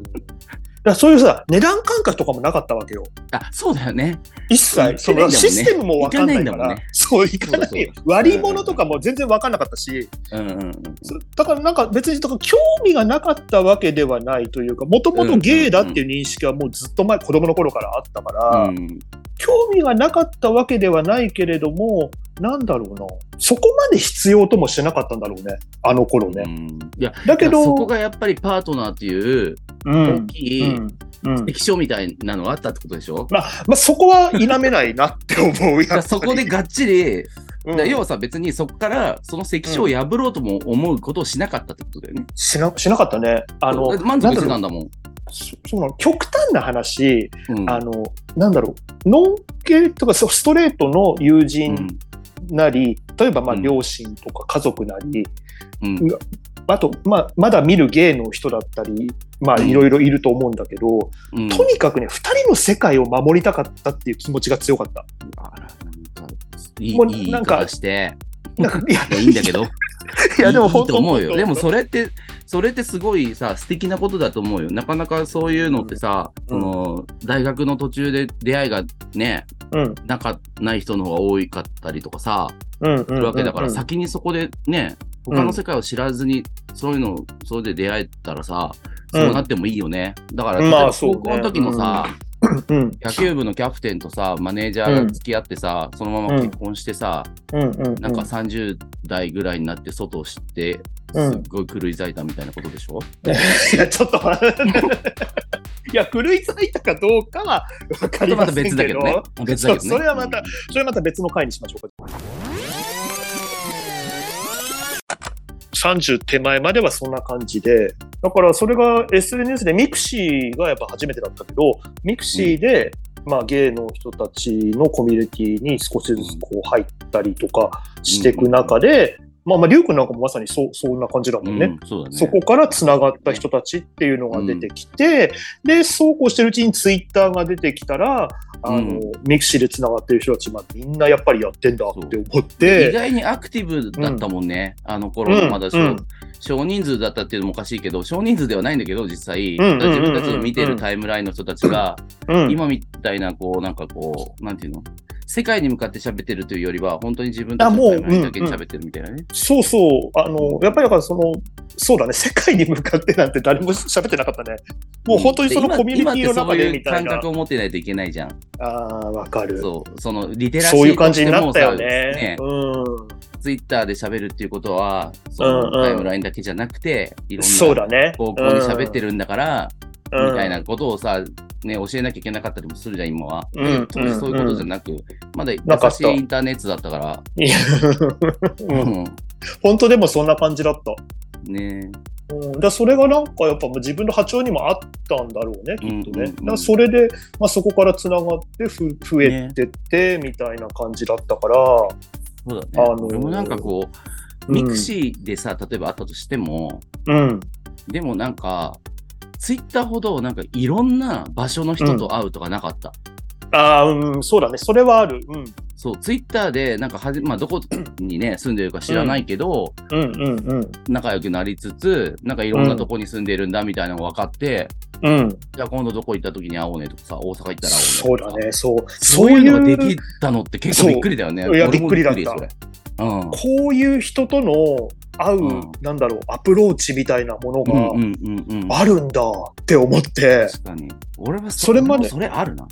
Speaker 1: だからそういうさ、値段感覚とかもなかったわけよ。
Speaker 2: あ、そうだよね。
Speaker 1: 一
Speaker 2: う
Speaker 1: 切、
Speaker 2: ん
Speaker 1: そ
Speaker 2: い
Speaker 1: の
Speaker 2: けないんだもんね
Speaker 1: システムもわかんないか
Speaker 2: いけないんだも
Speaker 1: ら、
Speaker 2: んね
Speaker 1: そう、いかないよ
Speaker 2: そう。
Speaker 1: 割り物とかも全然わかんなかったし、
Speaker 2: うんうんうん。
Speaker 1: そだからなんか別に、だから興味がなかったわけではないというか、もともとゲイだっていう認識はもうずっと前、子供の頃からあったから、
Speaker 2: うん
Speaker 1: 興味がなかったわけではないけれども、なんだろうな、そこまで必要ともしてなかったんだろうね、あの頃
Speaker 2: う
Speaker 1: ね。
Speaker 2: んいや、
Speaker 1: だけど、
Speaker 2: そこがやっぱりパートナーっていう
Speaker 1: う
Speaker 2: 大
Speaker 1: ん、
Speaker 2: き
Speaker 1: う
Speaker 2: い
Speaker 1: ん、うん。
Speaker 2: 液晶みたいなのがあったってことでしょ、
Speaker 1: まあ、まあ、そこは否めないなって思う。やっぱ
Speaker 2: だから
Speaker 1: り
Speaker 2: そこで、がっちり、
Speaker 1: うん
Speaker 2: だから要はさ、別にそこからその関所を破ろうとも思うことをしなかったってことだよね。
Speaker 1: しな、しなかったね。あの、
Speaker 2: だって満
Speaker 1: なん
Speaker 2: 足
Speaker 1: だ
Speaker 2: し
Speaker 1: ろ
Speaker 2: てた
Speaker 1: う、
Speaker 2: んだもん。
Speaker 1: そそうなの、極端な話、
Speaker 2: うん
Speaker 1: あの、なんだろう、ノン系とか、そうストレートの友人なり、例えば、まあ、
Speaker 2: うん
Speaker 1: 両親とか家族なり、
Speaker 2: うんうん
Speaker 1: うあと、まあ、まだ見る芸の人だったり、まあ、
Speaker 2: うん
Speaker 1: いろいろいると思うんだけど、
Speaker 2: うん
Speaker 1: とにかくね、二人の世界を守りたかったっていう気持ちが強かった。
Speaker 2: あらなんかいい
Speaker 1: もう
Speaker 2: いい言
Speaker 1: ないんか
Speaker 2: 方して、
Speaker 1: いや
Speaker 2: いや、いいんだけど。
Speaker 1: いや、でも
Speaker 2: いいいい
Speaker 1: 本
Speaker 2: と
Speaker 1: 当
Speaker 2: 思うよ。でも、
Speaker 1: れ、
Speaker 2: それって、それってすごいさ、素敵なことだと思うよ。なかなかそういうのってさ、
Speaker 1: うん
Speaker 2: その、大学の途中で出会いがね、
Speaker 1: うん、
Speaker 2: なか、ない人の方が多かったりとかさ、
Speaker 1: うん、うん。
Speaker 2: するわけだから、
Speaker 1: うん、
Speaker 2: 先にそこでね、他の世界を知らずに、そういうの、それで出会えたらさ、
Speaker 1: うん
Speaker 2: そうなってもいいよね。だから、
Speaker 1: まあ
Speaker 2: 例えば
Speaker 1: そうね
Speaker 2: 高校の時のさ、
Speaker 1: うん、
Speaker 2: 野球部のキャプテンとさ、マネージャーが付き合ってさ、そのまま結婚してさ、
Speaker 1: うん、うん。
Speaker 2: なんか30代ぐらいになって外を知って、
Speaker 1: うん
Speaker 2: すっごい狂い咲いたみたいなことでしょ、
Speaker 1: いや、ちょっと 待って、いや、狂い咲いたかどうかは分か
Speaker 2: それ
Speaker 1: り
Speaker 2: ま
Speaker 1: ま
Speaker 2: た
Speaker 1: せんけ
Speaker 2: 別
Speaker 1: ど、
Speaker 2: だけどね。別だけどね。
Speaker 1: そうそれはまた
Speaker 2: うん
Speaker 1: それまた別の回にしましょうか。30手前まではそんな感じで、だからそれが SNS で、ミクシーがやっぱ初めてだったけど、ミクシーで、まあ、ゲイの人たちのコミュニティに少しずつこう入ったりとかしていく中で、まあまあ、りゅうくんなんかもまさにそうそんな感じだもんね。
Speaker 2: うんそうだね。
Speaker 1: そこからつながった人たちっていうのが出てきて、でそうこうしてるうちにツイッターが出てきたらあの、
Speaker 2: うん
Speaker 1: ミクシーでつながってる人たち、まあ、みんなやっぱりやってんだって思っ
Speaker 2: 意
Speaker 1: て
Speaker 2: 外にアクティブだったもんね。あの頃はまだ少,、
Speaker 1: うん
Speaker 2: 少人数だったっていうのもおかしいけど、少人数ではないんだけど、実際。
Speaker 1: うんうんうんうん
Speaker 2: 自分たちの見てるタイムラインの人たちが、
Speaker 1: うん
Speaker 2: 今みたいな、こう、なんかこう、なんていうの世界に向かって喋ってるというよりは、本当に自分たちのタイムラインだけに喋ってるみたいなね。
Speaker 1: そうそうあのやっぱりだからそのそうだね世界に向かってなんて誰も喋ってなかったねもう本当にその
Speaker 2: で今
Speaker 1: コミュニティの中でみた
Speaker 2: 今ってそう
Speaker 1: い
Speaker 2: いう感
Speaker 1: な、
Speaker 2: 覚を持ってないといけないじゃん。
Speaker 1: ああわかるそう
Speaker 2: そう、そのリテラシー
Speaker 1: いう感じになったよね
Speaker 2: としても
Speaker 1: う
Speaker 2: さ
Speaker 1: ん
Speaker 2: ツイッターで喋るっていうことは、その
Speaker 1: うんうん
Speaker 2: タイムラインだけじゃなくて、いろ
Speaker 1: そうん
Speaker 2: な
Speaker 1: だね
Speaker 2: 方向に喋ってるんだから、
Speaker 1: うん
Speaker 2: みたいなことをさ、ね、教えなきゃいけなかったりもするじゃん、今は。
Speaker 1: うんうん
Speaker 2: 当時そういうことじゃなく、まだ優
Speaker 1: なかっ
Speaker 2: したいインターネットだったから、
Speaker 1: い やうん
Speaker 2: うん
Speaker 1: 本当でもそんな感じだった
Speaker 2: ね
Speaker 1: うん、だからそれがなんかやっぱもう自分の波長にもあったんだろうねきっとね、
Speaker 2: うんうんうん
Speaker 1: だからそれで、まあ、そこからつながってふ増えてってみたいな感じだったから、
Speaker 2: そうだね。
Speaker 1: あのー
Speaker 2: 俺もなんかこ
Speaker 1: う
Speaker 2: う、
Speaker 1: ん
Speaker 2: ミクシーでさ、例えばあったとしても、
Speaker 1: うん
Speaker 2: でもなんか、ツイッターほどなんかいろんな場所の人と会うとかなかった。
Speaker 1: ああうんそうだねそれはあるうん
Speaker 2: そう、ツイッターで、なんかはじ、まあ、どこにね、住んでるか知らないけど、
Speaker 1: うんうんうん
Speaker 2: 仲良くなりつつ、なんかいろんなとこに住んでるんだみたいなのが分かって、
Speaker 1: うん、
Speaker 2: じゃあ今度どこ行った時に会おうねとかさ、大阪行ったら会
Speaker 1: そ
Speaker 2: おう
Speaker 1: う
Speaker 2: ねとか。
Speaker 1: だ。ねそう
Speaker 2: そういうのができたのって結構びっくりだよね。
Speaker 1: そういや
Speaker 2: 俺も
Speaker 1: びっくりだっ
Speaker 2: それうん。
Speaker 1: こういう人との会う、
Speaker 2: うん
Speaker 1: なんだろうアプローチみたいなもの
Speaker 2: うんう
Speaker 1: が
Speaker 2: んうんうん。
Speaker 1: あるんだって思って、
Speaker 2: 確かに。俺は
Speaker 1: それまで
Speaker 2: それあるな。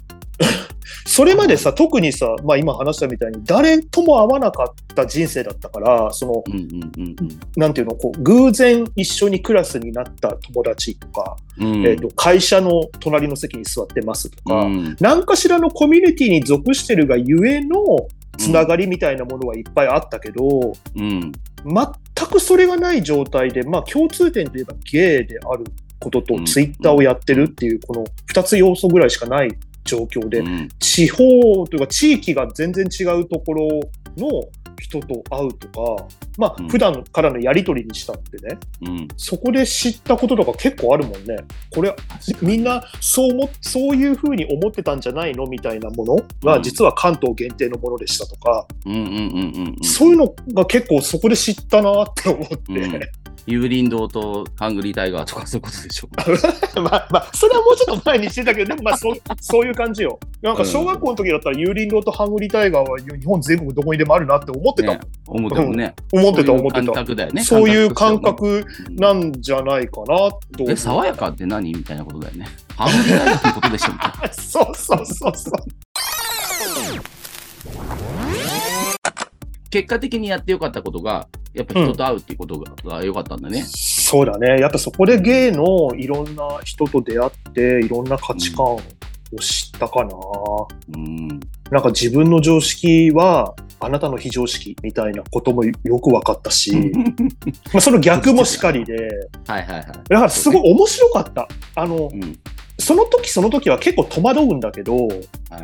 Speaker 1: それまでさ特にさ、まあ、今話したみたいに誰とも会わなかった人生だったからその
Speaker 2: うんうんうん
Speaker 1: なんていうのこう偶然一緒にクラスになった友達とか、
Speaker 2: うん。うん
Speaker 1: えー、と会社の隣の席に座ってますとか、
Speaker 2: うん
Speaker 1: 何かしらのコミュニティに属してるがゆえのつながりみたいなものはいっぱいあったけど、
Speaker 2: うん。
Speaker 1: 全くそれがない状態で、まあ、共通点といえばゲイであること
Speaker 2: う
Speaker 1: と
Speaker 2: ん
Speaker 1: ツイッターをやってるっていうこの2つ要素ぐらいしかない状況で、
Speaker 2: うん
Speaker 1: 地方というか地域が全然違うところの人と会うとか、ま
Speaker 2: う
Speaker 1: あ
Speaker 2: ん
Speaker 1: 普段からのやり取りにしたってね、
Speaker 2: うん。
Speaker 1: そこで知ったこととか結構あるもんね。これ、みんなそう思っそういうふうに思ってたんじゃないのみたいなもの
Speaker 2: う
Speaker 1: が、
Speaker 2: ん
Speaker 1: 実は関東限定のものでしたとか、
Speaker 2: うんうんうんうんうん。
Speaker 1: そういうのが結構そこで知ったなって思って。
Speaker 2: うんユーリンドとハングリータイガーとかそういうことでしょ。
Speaker 1: まあまあ、それはもうちょっと前にしてたけど、でもまあ そ、そういう感じよ。なんか小学校の時だったら、有林堂とハングリータイガーは日本全国どこにでもあるなって思ってたもん
Speaker 2: ね。思ってたもんね。
Speaker 1: 思ってた、思っ
Speaker 2: そういう感
Speaker 1: てた。
Speaker 2: 覚だよね。
Speaker 1: そういう感覚
Speaker 2: うん
Speaker 1: なんじゃないかなと。
Speaker 2: え、爽やかって何みたいなことだよね。ハングリータイガーってことでしょみたい な。
Speaker 1: そうそうそうそう。
Speaker 2: 結果的にやってよかったことが、やっぱ人と会うっていうことがが良かったんだね。
Speaker 1: そうだね。やっぱそこで芸のいろんな人と出会って、いろんな価値観を知ったかな。
Speaker 2: うん。
Speaker 1: なんか自分の常識は、あなたの非常識みたいなこともよく分かった し、まあその逆もしかりで、
Speaker 2: はいはいはい。
Speaker 1: だからすごい面白かった。あの
Speaker 2: う、ん。
Speaker 1: その時その時は結構戸惑うんだけど、
Speaker 2: はい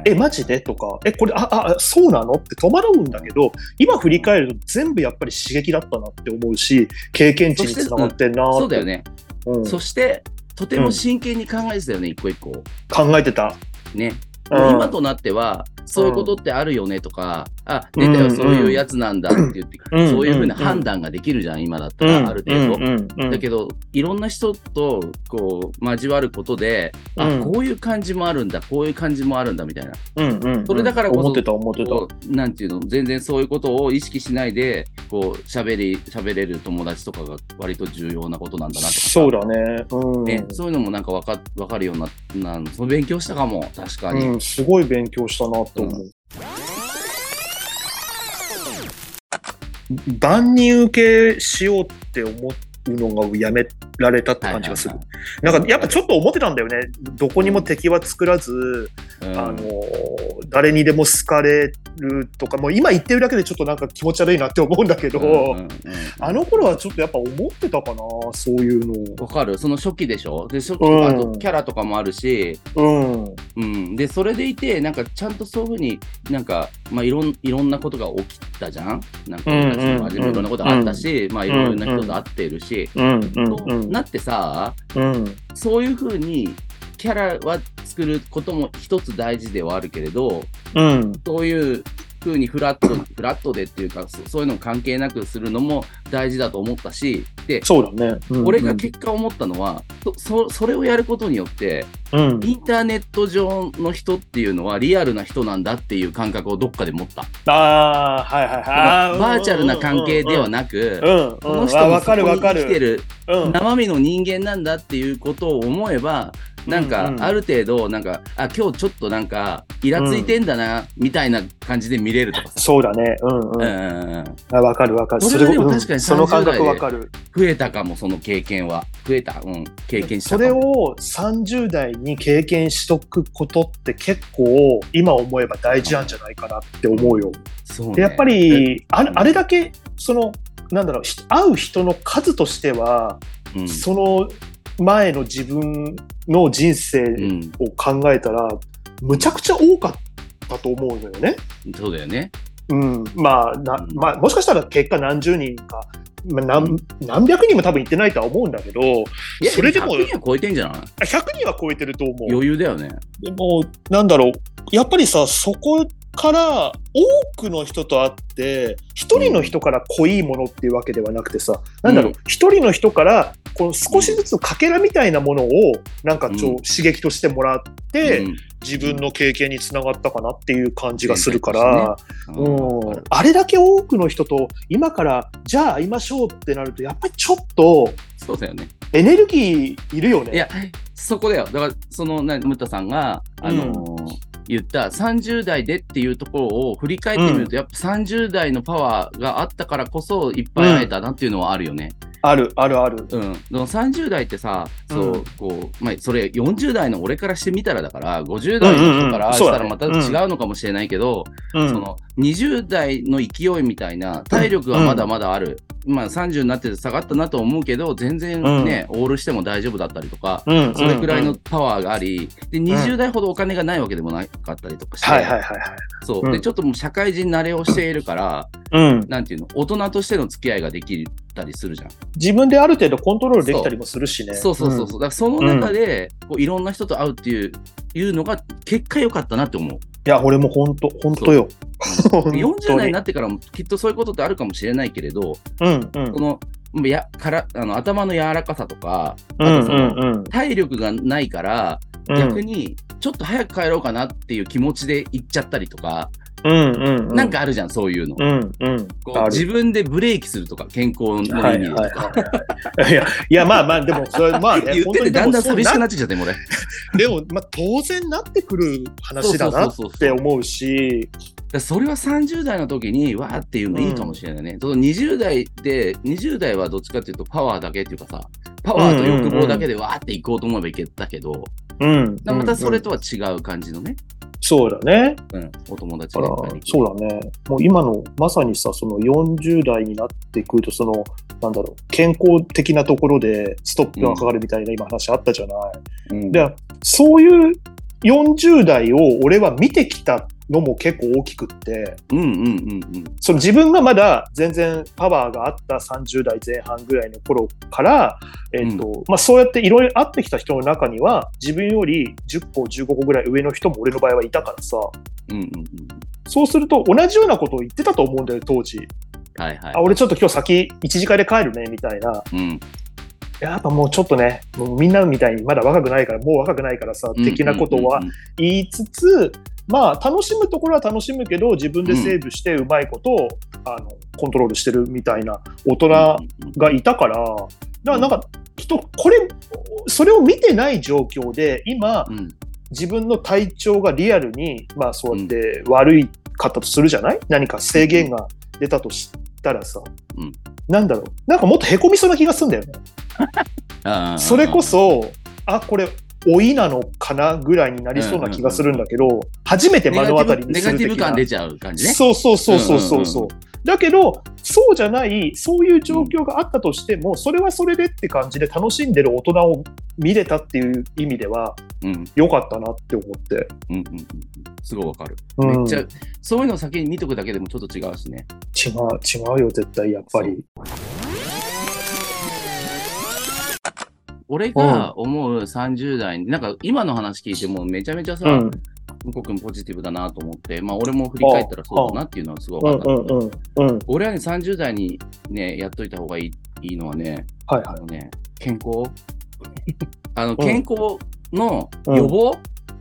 Speaker 1: え、マジでとか、え、これ、あ、あ、そうなのって戸惑うんだけど、今振り返ると全部やっぱり刺激だったなって思うし、経験値につながってんなーって
Speaker 2: そうだよね。
Speaker 1: うん
Speaker 2: そして、とても真剣に考えてたよね、一個一個。
Speaker 1: 考えてた。う
Speaker 2: ね。
Speaker 1: ん
Speaker 2: 今となっては、そういうことってあるよねとか、あ、出た
Speaker 1: う
Speaker 2: よ、
Speaker 1: ん
Speaker 2: そういうやつなんだって言って、
Speaker 1: うん
Speaker 2: そういうふうな
Speaker 1: うん
Speaker 2: 判断ができるじゃん、今だった
Speaker 1: うん
Speaker 2: ら、ある程
Speaker 1: う
Speaker 2: 度。
Speaker 1: んうん
Speaker 2: だけど、いろんな人とこう交わることで、
Speaker 1: うん
Speaker 2: あ、こういう感じもあるんだ、こういう感じもあるんだみたいな。
Speaker 1: うんうんうん
Speaker 2: それだからこそ
Speaker 1: 思ってた思ってた。
Speaker 2: こうなんていうの、全然そういうことを意識しないで、こう、喋り、喋れる友達とかが割と重要なことなんだなとか。
Speaker 1: そうだね。うん。
Speaker 2: ね、そういうのもなんかわかわかるようにななんその勉強したかも、確かに。
Speaker 1: うん、すごい勉強したなと思う。万人受けしようって思うのがやめられたって感じがする
Speaker 2: はい。
Speaker 1: なんかやっぱちょっと思ってたんだよね。どこにも敵は作らず、
Speaker 2: うん
Speaker 1: あの誰にでも好かれるとか、もう今言ってるだけでちょっとなんか気持ち悪いなって思うんだけど、
Speaker 2: うんうんうん
Speaker 1: あの頃はちょっとやっぱ思ってたかな、そういうの
Speaker 2: わかるその初期でしょで初期
Speaker 1: うん
Speaker 2: あとキャラとかもあるし、
Speaker 1: を。うん。
Speaker 2: うん、でそれでいてなんかちゃんとそういうふうになんか、まあ、いろんいろんなことが起きたじゃんなんか
Speaker 1: うんうんうん
Speaker 2: 私も初めいろんなことあったし、まあ、いろんな人と会ってるし、
Speaker 1: うんうん
Speaker 2: となってさ
Speaker 1: うん
Speaker 2: そういうふうにキャラは作ることも一つ大事ではあるけれど
Speaker 1: うん
Speaker 2: そういうふうにフラットフラットでっていうかそそういうの関係なくするのも大事だと思ったしで
Speaker 1: そうだね。うん
Speaker 2: 俺が結果思ったのは、そそそれをやることによって
Speaker 1: うん
Speaker 2: インターネット上の人っていうのはリアルな人なんだっていう感覚をどっかで持った
Speaker 1: ああ、はいはいはいあー。
Speaker 2: バーチャルな関係では
Speaker 1: な
Speaker 2: なく
Speaker 1: うんうん、
Speaker 2: この
Speaker 1: あ
Speaker 2: 人も
Speaker 1: わ
Speaker 2: そこ
Speaker 1: かるわ
Speaker 2: に
Speaker 1: か
Speaker 2: 生きて
Speaker 1: る。
Speaker 2: る
Speaker 1: うん
Speaker 2: 生身の人間なんだっていうことを思えばなん
Speaker 1: うん
Speaker 2: か
Speaker 1: うん
Speaker 2: ある程度なんかあ今日ちょっとなんかイラついてんだなみたいな感じで見れるとかさ、
Speaker 1: そうだね。うんうん。
Speaker 2: う
Speaker 1: あ
Speaker 2: ん、
Speaker 1: わかるわかる。
Speaker 2: それはで
Speaker 1: すごい
Speaker 2: も
Speaker 1: うん
Speaker 2: 確かに
Speaker 1: その感
Speaker 2: 30代
Speaker 1: 覚
Speaker 2: で
Speaker 1: わかる。
Speaker 2: 増えたかもその経験は増えたうん経験した
Speaker 1: そ
Speaker 2: かも
Speaker 1: れを30代に経験しとくことって結構今思えば大事なんじゃないかなって思うよ。
Speaker 2: そう
Speaker 1: で
Speaker 2: ね
Speaker 1: やっぱりあれ
Speaker 2: うん
Speaker 1: あれだけそのなんだろうひ会う人の数としては、
Speaker 2: うん
Speaker 1: その前の自分の人
Speaker 2: う
Speaker 1: 生
Speaker 2: ん
Speaker 1: を考えたら、むちゃくちゃ多かったと思うのよね。
Speaker 2: そうだよね
Speaker 1: うん、まあな
Speaker 2: うん
Speaker 1: まあ、もしかしたら結果何十人か、まあ、
Speaker 2: う
Speaker 1: 何
Speaker 2: ん
Speaker 1: 何百人も多分行ってないとは思うんだけど
Speaker 2: いや
Speaker 1: それでも
Speaker 2: 100人は超えてんじゃない
Speaker 1: 100人は超えてると思う。
Speaker 2: 余裕だよね
Speaker 1: でもなんだろうやっぱりさそこから多くの人と会って一人の人から濃いものっていうわけではなくてさ、なんだろう
Speaker 2: う
Speaker 1: 一人の人からこの少しずつかけらみたいなものをなんかちょ、
Speaker 2: うん
Speaker 1: 刺激としてもらって、
Speaker 2: うん
Speaker 1: 自分の経験につながったかなっていう感じがするから。
Speaker 2: うん
Speaker 1: うんあれだけ多くの人と今からじゃあ会いましょうってなるとやっぱりちょっと
Speaker 2: そうだよね。
Speaker 1: エネルギーいるよね。
Speaker 2: いや、そこだよ。だから、その、なムッタさんが、あのー言った30代でっていうところを振り返ってみると、やっぱ30代のパワーがあったからこそいっぱい会えたなっていうのはあるよね。
Speaker 1: あるあるある。
Speaker 2: うん。でも30代ってさ、そう、
Speaker 1: うん
Speaker 2: こう、まあ、それ40代の俺からしてみたらだから、50代の人からしたらまた
Speaker 1: うんうんうんそうだね
Speaker 2: 違うのかもしれないけど、
Speaker 1: うん
Speaker 2: その20代の勢いみたいな体力はまだまだある、まあ、30になって下がったなと思うけど全然ね、オールしても大丈夫だったりとか、
Speaker 1: うん
Speaker 2: それくらい
Speaker 1: う
Speaker 2: の
Speaker 1: ん
Speaker 2: パワーがありで20代ほどお金がないわけでもなかったりとかして、
Speaker 1: はいはいはいはい。
Speaker 2: そう
Speaker 1: う
Speaker 2: で
Speaker 1: ん
Speaker 2: ちょっともう社会人慣れをしているから
Speaker 1: うん、
Speaker 2: なんていうの大人としての付き合いができたりするじゃん。
Speaker 1: 自分である程度コントロールできたりもするしね。
Speaker 2: そうそうそうそうだからその中で、こういろんな人と会うっていういうのが結果良かったなって思う。
Speaker 1: いや俺も本当本当よ。本
Speaker 2: で40
Speaker 1: 当
Speaker 2: 代に
Speaker 1: に
Speaker 2: なってからもきっとそういうことってあるかもしれないけれど、
Speaker 1: うんうん
Speaker 2: このやからあの頭の柔らかさとか、
Speaker 1: う
Speaker 2: あ
Speaker 1: ん
Speaker 2: とそ
Speaker 1: うん
Speaker 2: の
Speaker 1: うん
Speaker 2: 体力がないから、
Speaker 1: うん
Speaker 2: 逆にちょっと早く帰ろうかなっていう気持ちで行っちゃったりとか、
Speaker 1: うんうんうん
Speaker 2: なんかあるじゃん、そういうの。
Speaker 1: うんうん
Speaker 2: こう
Speaker 1: ある
Speaker 2: 自分でブレーキするとか、健康の意
Speaker 1: は
Speaker 2: 味
Speaker 1: い
Speaker 2: で。
Speaker 1: はいはい。いやいやまあまあでもそれまあね
Speaker 2: 言っ
Speaker 1: 本
Speaker 2: て
Speaker 1: 当
Speaker 2: て
Speaker 1: に
Speaker 2: だんだん
Speaker 1: でもそう
Speaker 2: 寂しくなってきちゃって、もう俺。
Speaker 1: でも、まあ、当然なってくる話だなっ
Speaker 2: そうそうそうそう
Speaker 1: て思うし、
Speaker 2: だからそれは30代の時に、わーっていうのいいかもしれないね。その20代で、20代はどっちかっていうとパワーだけっていうかさ、パワーと欲望だけでわーっていこうと思えばいけたけど、
Speaker 1: うん、
Speaker 2: だからまたそれ
Speaker 1: うん
Speaker 2: とは違う感じのね、
Speaker 1: そうだね。
Speaker 2: うん、お友達
Speaker 1: だから
Speaker 2: やっぱり
Speaker 1: そうだね。もう今のまさにさ、その40代になってくると、そのなんだろう、健康的なところでストップがかかるみたいな今話あったじゃない。
Speaker 2: うん
Speaker 1: で、そういう40代を俺は見てきたのも結構大きくって、
Speaker 2: うんうんうんうん。
Speaker 1: その自分がまだ全然パワーがあった30代前半ぐらいの頃から、えっとまあ、そうやっていろいろ会ってきた人の中には自分より10個15個ぐらい上の人も俺の場合はいたからさ
Speaker 2: うんうん
Speaker 1: そうすると、同じようなことを言ってたと思うんだよ、当時。
Speaker 2: はいはい。
Speaker 1: あ、俺ちょっと今日先、一時会で帰るね、みたいな。
Speaker 2: うん。
Speaker 1: やっぱもうちょっとね、もうみんなみたいにまだ若くないから、もう若くないからさ、的なことは
Speaker 2: うんうんうん
Speaker 1: 言いつつ、まあ、楽しむところは楽しむけど、自分でセーブして、うまいことを、あの、コントロールしてるみたいな大人
Speaker 2: うんうん
Speaker 1: がいたから、だからなんか、きっと、これ、それを見てない状況で、今、
Speaker 2: うんうん
Speaker 1: 自分の体調がリアルに、まあ、そうやって悪いかったとするじゃない、何か制限が出たとしたらさ、
Speaker 2: うん
Speaker 1: なんだろうなんかもっとへこみそうな気がするんだよね。
Speaker 2: あー
Speaker 1: それこそあこれ老いなのかなぐらいになりそうな気がするんだけど、初めて目の当たりに
Speaker 2: ネ
Speaker 1: す
Speaker 2: ガ
Speaker 1: る
Speaker 2: ティブネ
Speaker 1: 的な
Speaker 2: ガティブ感出ちゃう感じね。
Speaker 1: そうそうそうそうそうそう,、
Speaker 2: うん
Speaker 1: だけどそうじゃないそういう状況があったとしても、それはそれでって感じで楽しんでる大人を見れたっていう意味では
Speaker 2: うんうん
Speaker 1: 良かったなって思って。
Speaker 2: うんうんうん。すごいわかる。
Speaker 1: うん
Speaker 2: めっちゃ、そういうのを先に見とくだけでもちょっと違うしね。
Speaker 1: 違う、違うよ、絶対、やっぱり。
Speaker 2: 俺が思う30代に、なんか今の話聞いてもめちゃめちゃさ、
Speaker 1: うん、
Speaker 2: 向こう君ポジティブだなと思って、まあ俺も振り返ったらそうだなっていうのはすごい
Speaker 1: うん、
Speaker 2: 分か
Speaker 1: う
Speaker 2: っ
Speaker 1: ん、
Speaker 2: た。
Speaker 1: うん、うん。
Speaker 2: 俺はね、30代にね、やっといた方がいいいいのはね、
Speaker 1: はい
Speaker 2: あ
Speaker 1: はい。
Speaker 2: のね、健康あの、
Speaker 1: うん
Speaker 2: 健康の予防、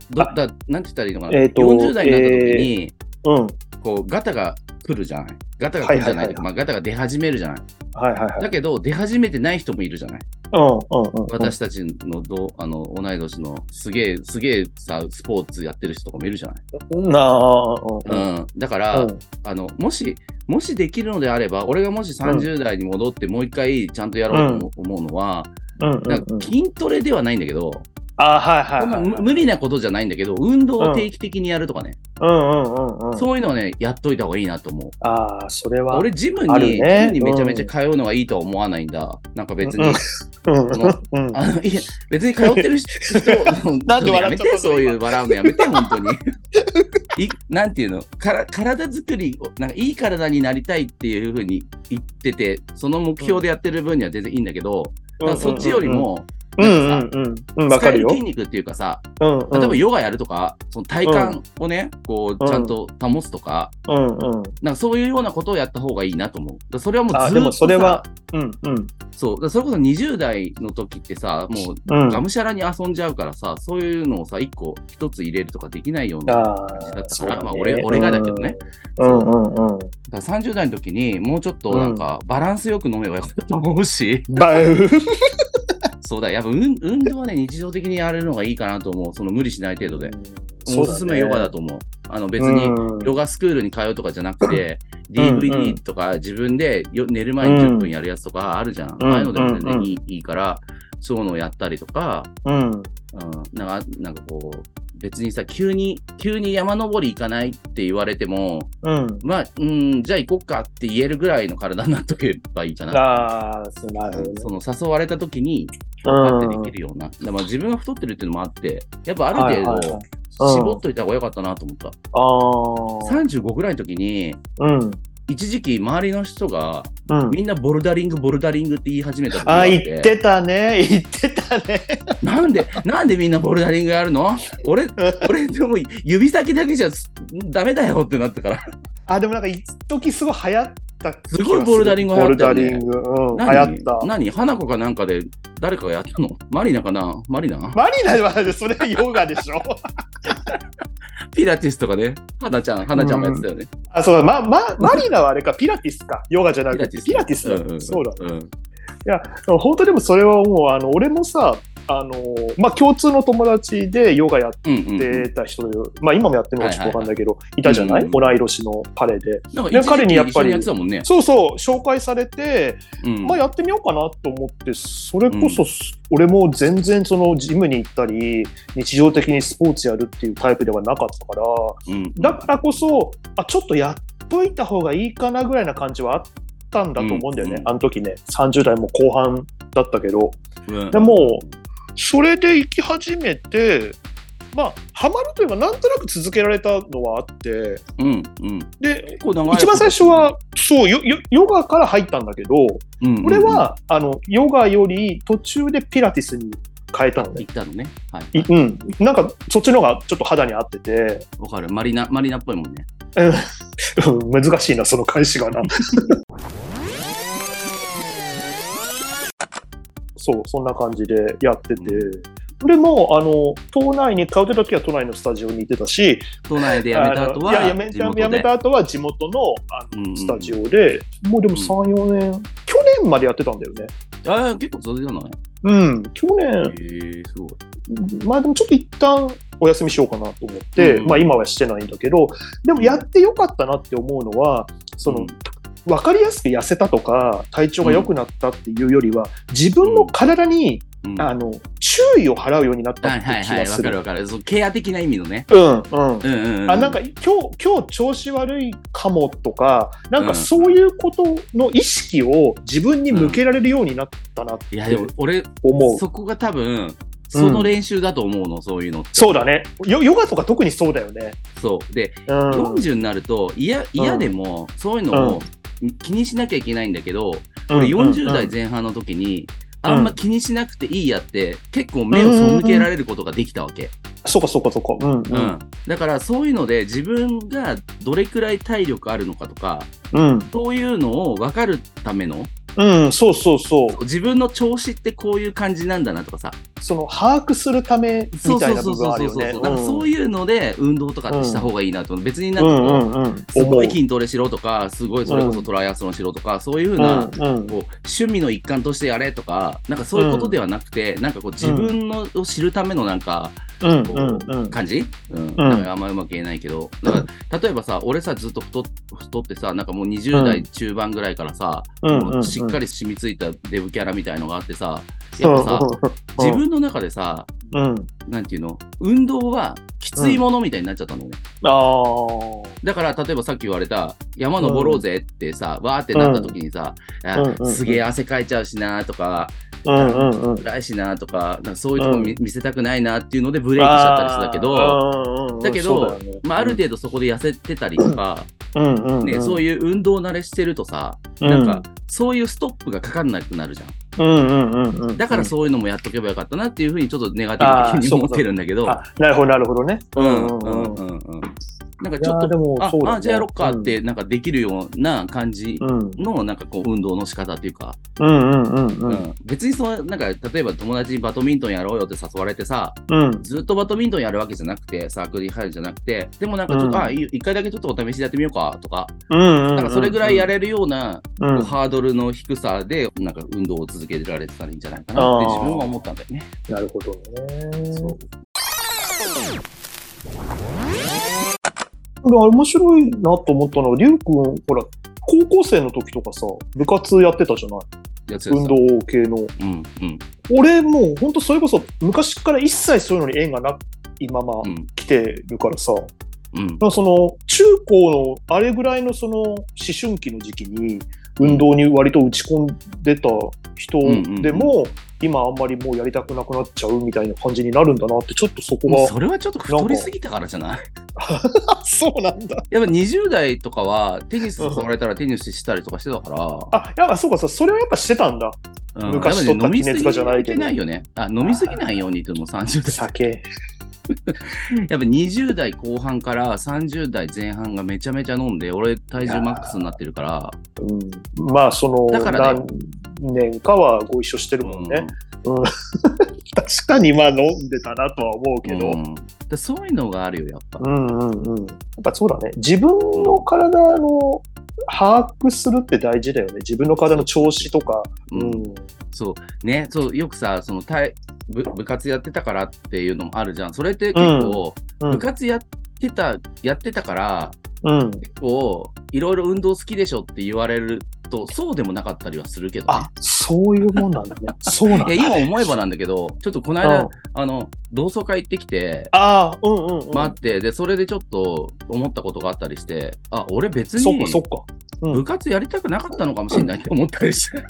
Speaker 2: ど
Speaker 1: あ
Speaker 2: だなんて言ったらいいのかな、
Speaker 1: えーと
Speaker 2: 40代になった時に、
Speaker 1: うん。
Speaker 2: こう、ガタが来るじゃないガタが来るじゃな
Speaker 1: はいはい
Speaker 2: い,、
Speaker 1: はいはい
Speaker 2: まあ、ガタが出始めるじゃない
Speaker 1: はいはいはい。
Speaker 2: だけど、出始めてない人もいるじゃない
Speaker 1: うん、うん、うん。
Speaker 2: 私たちのどあの同い年のすげえ、すげえさ、スポーツやってる人とかもいるじゃない、
Speaker 1: なあ、うん、う。
Speaker 2: うんんだから、
Speaker 1: うん
Speaker 2: あの、もし、もしできるのであれば、俺がもし30代に戻って、もう一回ちゃんとやろうと思う思うのは、
Speaker 1: うん、うん
Speaker 2: なん
Speaker 1: うん
Speaker 2: か。筋トレではないんだけど、
Speaker 1: あ、はいは
Speaker 2: そ
Speaker 1: い
Speaker 2: ん
Speaker 1: は。
Speaker 2: ない無無理なことじゃないんだけど、運動を定期的にやるとかね、
Speaker 1: うん、うん、うん、うん。
Speaker 2: そういうのはね、やっといた方がいいなと思う。
Speaker 1: ああ、それは。
Speaker 2: 俺、ジムに、
Speaker 1: あるね
Speaker 2: ジムにめちゃめちゃ通うのがいいとは思わないんだ。なんか別に、
Speaker 1: うんうん、うん
Speaker 2: の、
Speaker 1: うん。
Speaker 2: あのいや別に通って る人、
Speaker 1: なんで
Speaker 2: や
Speaker 1: 笑っ
Speaker 2: め
Speaker 1: ちゃった
Speaker 2: て、
Speaker 1: の
Speaker 2: そういう笑うのやめて、本当に。いなんていうのから体作りをなんかいい体になりたいっていうふうに言っててその目標でやってる分には全然いいんだけど、だからそっちより、も、
Speaker 1: うん、うん、う
Speaker 2: なん
Speaker 1: ん
Speaker 2: か、
Speaker 1: うんうん。わか
Speaker 2: さ使え
Speaker 1: る
Speaker 2: る
Speaker 1: よ。
Speaker 2: 筋肉っていうかさ
Speaker 1: うん、
Speaker 2: 例えば
Speaker 1: うん、
Speaker 2: ヨガやるとか、その体幹をね、こう、ちゃんと保つとか、
Speaker 1: うん、うん。
Speaker 2: なんかそういうようなことをやった方がいいなと思う。だからそれはもうずーっ
Speaker 1: あ
Speaker 2: と
Speaker 1: でもそれは
Speaker 2: さ
Speaker 1: うん、うん、
Speaker 2: そう、だからそれこそ20代の時ってさ、もう
Speaker 1: うん
Speaker 2: が。むしゃらに遊んじゃうからさ、そういうのをさ、一個、一つ入れるとかできないような。だか
Speaker 1: あ
Speaker 2: だ
Speaker 1: あ
Speaker 2: っ、た
Speaker 1: そう
Speaker 2: から
Speaker 1: だね
Speaker 2: まあ俺俺がだけどね。
Speaker 1: うん、うん、うんうん。
Speaker 2: ら30代の時に、もうちょっとなんか、バランスよく飲めばよかったと思うし、
Speaker 1: ば
Speaker 2: そうだ、やっぱ運運動はね、日常的にやれるのがいいかなと思う。その無理しない程度で。おすすめはヨガだ
Speaker 1: と。
Speaker 2: と思う。あの別に、
Speaker 1: うん
Speaker 2: ヨガスクールに通うとかじゃなくて、
Speaker 1: うんう
Speaker 2: DVD
Speaker 1: ん
Speaker 2: とか自分でよ寝る前に10分やるやつとかあるじゃん。
Speaker 1: うん
Speaker 2: ああいうのでも全
Speaker 1: うんう
Speaker 2: 然
Speaker 1: ん
Speaker 2: いい,、いいから、そういうのをやったりとか、
Speaker 1: うん。
Speaker 2: うん、なんかなんかこう、別にさ、急に、急に山登り行かないって言われても、
Speaker 1: うん。
Speaker 2: まあ、うん、じゃあ行こっかって言えるぐらいの体になっとけばいいかな。
Speaker 1: ああ、そうなるほどね
Speaker 2: その誘われた時に、
Speaker 1: う
Speaker 2: パッ
Speaker 1: ん
Speaker 2: てできるような。でまあ自分が太ってるっていうのもあって、やっぱある
Speaker 1: はい
Speaker 2: 程
Speaker 1: はいは
Speaker 2: 度
Speaker 1: い、
Speaker 2: 絞っといた方が良かったなと思った。
Speaker 1: あ
Speaker 2: 35ぐらいの時に、
Speaker 1: あ。うん。
Speaker 2: 一時期周りの人が
Speaker 1: うん。
Speaker 2: みんなボルダリングボルダリングって言い始めた時が
Speaker 1: あ、
Speaker 2: あって
Speaker 1: 言ってたね。言ってたね。
Speaker 2: なんでなんでみんなボルダリングやるの俺 俺でも指先だけじゃすダメだよってなったから
Speaker 1: あ、でもなんか、一時すごい流行った気がる。
Speaker 2: すごいボルダリング流
Speaker 1: ボ
Speaker 2: 行
Speaker 1: ル
Speaker 2: った
Speaker 1: ダ
Speaker 2: よね
Speaker 1: リング。うん。流行
Speaker 2: 何
Speaker 1: った。
Speaker 2: 何花子かなんかで誰かがやったのマリナかなマリナ、
Speaker 1: マリナは、それはヨガでしょ。
Speaker 2: ピラティスとかね花ちゃん花ちゃんもやってたよね、
Speaker 1: あ、そうだ。ま、ま、マリナはあれか、ピラティスか。ヨガじゃな
Speaker 2: ピ
Speaker 1: く
Speaker 2: ラ
Speaker 1: て
Speaker 2: ティ、ス
Speaker 1: ピラティス
Speaker 2: ん
Speaker 1: だ。そうだ。
Speaker 2: んうん
Speaker 1: 本当でもそれはもう、あの、俺もさ、あの、まあ、共通の友達でヨガやっ
Speaker 2: うんうん
Speaker 1: てた人、まあ、今もやってるのかちょっとわかんないけど、いたじゃな
Speaker 2: うん
Speaker 1: い
Speaker 2: うん
Speaker 1: 同い年の彼で。
Speaker 2: なんか
Speaker 1: で彼にやっぱり
Speaker 2: 一時期一緒にやってたもんね、
Speaker 1: そうそう、紹介されて、
Speaker 2: うん
Speaker 1: まあやってみようかなと思って、それこそ、俺も全然そのジムに行ったり、日常的にスポーツやるっていうタイプではなかったから、
Speaker 2: うん
Speaker 1: だからこそ、あ、ちょっとやっといた方がいいかなぐらいな感じはあったんだと思うんだよね。
Speaker 2: うん
Speaker 1: あの時ね、30代も後半だったけど。
Speaker 2: うん
Speaker 1: でも、それで行き始めて、まあ、ハマるというか、なんとなく続けられたのはあって、
Speaker 2: うんうん
Speaker 1: で、
Speaker 2: 結構長いこと
Speaker 1: 一番最初は、そう、ヨヨヨガから入ったんだけど、
Speaker 2: うんうんうん
Speaker 1: 俺は、あのヨガより途中でピラティスに変えたので、
Speaker 2: 行ったのね。はい
Speaker 1: いうん、なんかそっちの方がちょっと肌に合ってて、
Speaker 2: わかる。マリナ、マリナっぽいもんね。
Speaker 1: うん難しいな、その返し がな。そう、そんな感じでやってて。でも、あの、島内に買うてた時は都内のスタジオに行ってたし、
Speaker 2: 都内で辞めた
Speaker 1: あ
Speaker 2: 後は
Speaker 1: のいややめ
Speaker 2: 地元で。
Speaker 1: やめた後は地元のあの
Speaker 2: うんうん
Speaker 1: スタジオで、もうでも3、4年、去年までやってたんだよね。
Speaker 2: ああ、結構続いたのね。
Speaker 1: うん、去
Speaker 2: へ
Speaker 1: 年、
Speaker 2: え、すごい。
Speaker 1: まあでもちょっと一旦お休みしようかなと思って、
Speaker 2: うん
Speaker 1: まあ今はしてないんだけど、でもやってよかったなって思うのは、その、
Speaker 2: うん
Speaker 1: 分かりやすく痩せたとか体調が良くなったっていうよりは、自分の体に、
Speaker 2: うん
Speaker 1: あの注意を払うようになった
Speaker 2: は
Speaker 1: っ
Speaker 2: い
Speaker 1: て
Speaker 2: はい
Speaker 1: 気
Speaker 2: は
Speaker 1: が
Speaker 2: い、わ
Speaker 1: す
Speaker 2: か
Speaker 1: る。
Speaker 2: るわかる。そうケア的な意味のね。
Speaker 1: うんうん
Speaker 2: うんうんうん。
Speaker 1: あなんか今日今日調子悪いかもとかなんかそういうことの意識を自分に向けられるようになったなっ
Speaker 2: い
Speaker 1: て
Speaker 2: や、でも俺、
Speaker 1: 思う。
Speaker 2: そこが多分、その練習だと思うの、そういうのって。
Speaker 1: そうだねヨヨガとか特にそうだよね。
Speaker 2: そう。で、
Speaker 1: うん、
Speaker 2: 40になると、いや、嫌でも、そういうのを気にしなきゃいけないんだけど、
Speaker 1: うん
Speaker 2: 俺40
Speaker 1: うん
Speaker 2: 代前半の時に、あんま気にしなくていいやって、結構目を背けられることができたわけ。
Speaker 1: そうかそうかそうか。うんう
Speaker 2: うんん。だから、そういうので、自分がどれくらい体力あるのかとか、
Speaker 1: うん
Speaker 2: そういうのを分かるための、
Speaker 1: うんそうそうそう。
Speaker 2: 自分の調子ってこういう感じなんだなとかさ、
Speaker 1: その把握するためみたいな部分あるよね。
Speaker 2: だからそういうので運動とかってした方がいいなと思う。別になんかこ
Speaker 1: う
Speaker 2: う、
Speaker 1: んうんうん、
Speaker 2: す
Speaker 1: 思
Speaker 2: ご
Speaker 1: う
Speaker 2: い筋トレしろとか、すごいそれこそトライアスロンしろとか、そういうふう
Speaker 1: うんう
Speaker 2: な、
Speaker 1: ん
Speaker 2: こう趣味の一環としてやれとか、なんかそういうことではなくて、なんかこう自分のを知るためのなんか、
Speaker 1: うん
Speaker 2: こ
Speaker 1: うんうん
Speaker 2: う、感じうん。なんかあんまうまく言えないけど、だから例えばさ、俺さ、ずっと太っ太ってさ、なんかもう20代中盤ぐらいからさ、
Speaker 1: うん
Speaker 2: もうしっか
Speaker 1: り
Speaker 2: り染みついたデブキャラみたいのがあってさ、やっぱさ、自分の中でさ、
Speaker 1: うんうん
Speaker 2: なんていうの、運動はきついものみたいになっちゃったのね。
Speaker 1: あー
Speaker 2: だから、例えばさっき言われた、山登ろうぜってさ、わーってなった時にさ、あ
Speaker 1: うんうん
Speaker 2: すげえ汗かいちゃうしなーとか、
Speaker 1: うんうんうん
Speaker 2: 暗いしなーとか、なんかそういうとこ見,、
Speaker 1: う
Speaker 2: 見せたくないなっていうのでブレーキしちゃったりするんだけど、
Speaker 1: ど
Speaker 2: だけどまあ、ある程度そこで痩せてたりとか、
Speaker 1: 度
Speaker 2: ね、そう
Speaker 1: い
Speaker 2: いう運動慣れしてるとさ、
Speaker 1: うん
Speaker 2: なんか、そういうストップがかかんなくなるじゃん。
Speaker 1: うんうんうんうん
Speaker 2: だからそういうのもやっとけばよかったなっていうふうにちょっとネガティブ
Speaker 1: あー
Speaker 2: に
Speaker 1: そう
Speaker 2: 思ってるんだけど、
Speaker 1: あなるほどなるほどね
Speaker 2: う
Speaker 1: う
Speaker 2: ん
Speaker 1: んうん
Speaker 2: うん
Speaker 1: うん
Speaker 2: うんうん。なんか
Speaker 1: い
Speaker 2: ち
Speaker 1: や
Speaker 2: ょ
Speaker 1: ー
Speaker 2: っと
Speaker 1: でも
Speaker 2: あ、
Speaker 1: そうだね
Speaker 2: あじゃあやろっかって、なんかできるような感じ
Speaker 1: うん
Speaker 2: の、なんかこう、運動の仕方っていうか、
Speaker 1: うんうんうんう
Speaker 2: うんん別にそう、なんか、例えば友達にバドミントンやろうよって誘われてさ、
Speaker 1: うん
Speaker 2: ずっとバドミントンやるわけじゃなくて、サークルに入るんじゃなくて、でもなんかちょっと、
Speaker 1: うん
Speaker 2: あ、いいよ一回だけちょっとお試しでやってみようかとか、
Speaker 1: うん
Speaker 2: なんかそれぐらいや
Speaker 1: れ
Speaker 2: れるような、
Speaker 1: う
Speaker 2: こうんハードルの低さで、なんか運動を続けられてたらいいんじゃないかなって自分は思ったんだよね。
Speaker 1: なるほどね
Speaker 2: そう
Speaker 1: であれ面白いなと思ったのは、りゅうくん、ほら、高校生の時とかさ、部活やってたじゃない
Speaker 2: やつやつ
Speaker 1: 運
Speaker 2: さ
Speaker 1: 動系の。
Speaker 2: うんうん
Speaker 1: 俺、もう本当それこそ、昔から一切そういうのに縁がないまま
Speaker 2: うん
Speaker 1: 来てるからさ、
Speaker 2: うん
Speaker 1: まあその、中高のあれぐらいのその、思春期の時期に、運動に割と打ち込んでた人でも、今あんまりもうやりたくなくなっちゃうみたいな感じになるんだなって、ちょっとそこ
Speaker 2: もう
Speaker 1: が、
Speaker 2: それはちょっと太りすぎたからじゃない
Speaker 1: そうなんだ。
Speaker 2: やっぱ20代とかはテニス誘われたらテニスしたりとかしてたから、
Speaker 1: あ、やっぱそうかさ、それはやっぱしてたんだ。
Speaker 2: うん、
Speaker 1: 昔
Speaker 2: や
Speaker 1: と
Speaker 2: っぱね飲みす
Speaker 1: 滝熱
Speaker 2: ぎ
Speaker 1: 化じゃないけど
Speaker 2: ないよね。あ飲みすぎないようにっていうのも30代。
Speaker 1: 酒。
Speaker 2: やっぱ20代後半から30代前半がめちゃめちゃ飲んで、俺体重マックスになってるから、
Speaker 1: うんまあその、
Speaker 2: だからね
Speaker 1: 何年かはご一緒してるもんね。確かにまあ飲んでたなとは思う
Speaker 2: う
Speaker 1: け
Speaker 2: ん
Speaker 1: ど、
Speaker 2: うんでそういうのがあるよ、やっぱ。
Speaker 1: うんうんうん、やっぱそうだね自分の体の把握するって大事だよね自分の体の調子とか、う
Speaker 2: うんんそうね、そうよくさその体部、部活やってたからっていうのもあるじゃん。それって結構、
Speaker 1: うん
Speaker 2: 部活やってた、やってたから、
Speaker 1: うん、
Speaker 2: 結構いろいろ運動好きでしょって言われるとそうでもなかったりはするけど、ね
Speaker 1: あ、そういうもんなんだ ねそうなんだ
Speaker 2: いや
Speaker 1: ね
Speaker 2: 今思えばなんだけどちょっとこの間、あの同窓会行ってきて
Speaker 1: ああうんうん、うん
Speaker 2: 待ってでそれでちょっと思ったことがあったりしてあ俺別
Speaker 1: そっかそっ
Speaker 2: に
Speaker 1: か
Speaker 2: 部活やりたくなかったのかもしれないって思ったりして。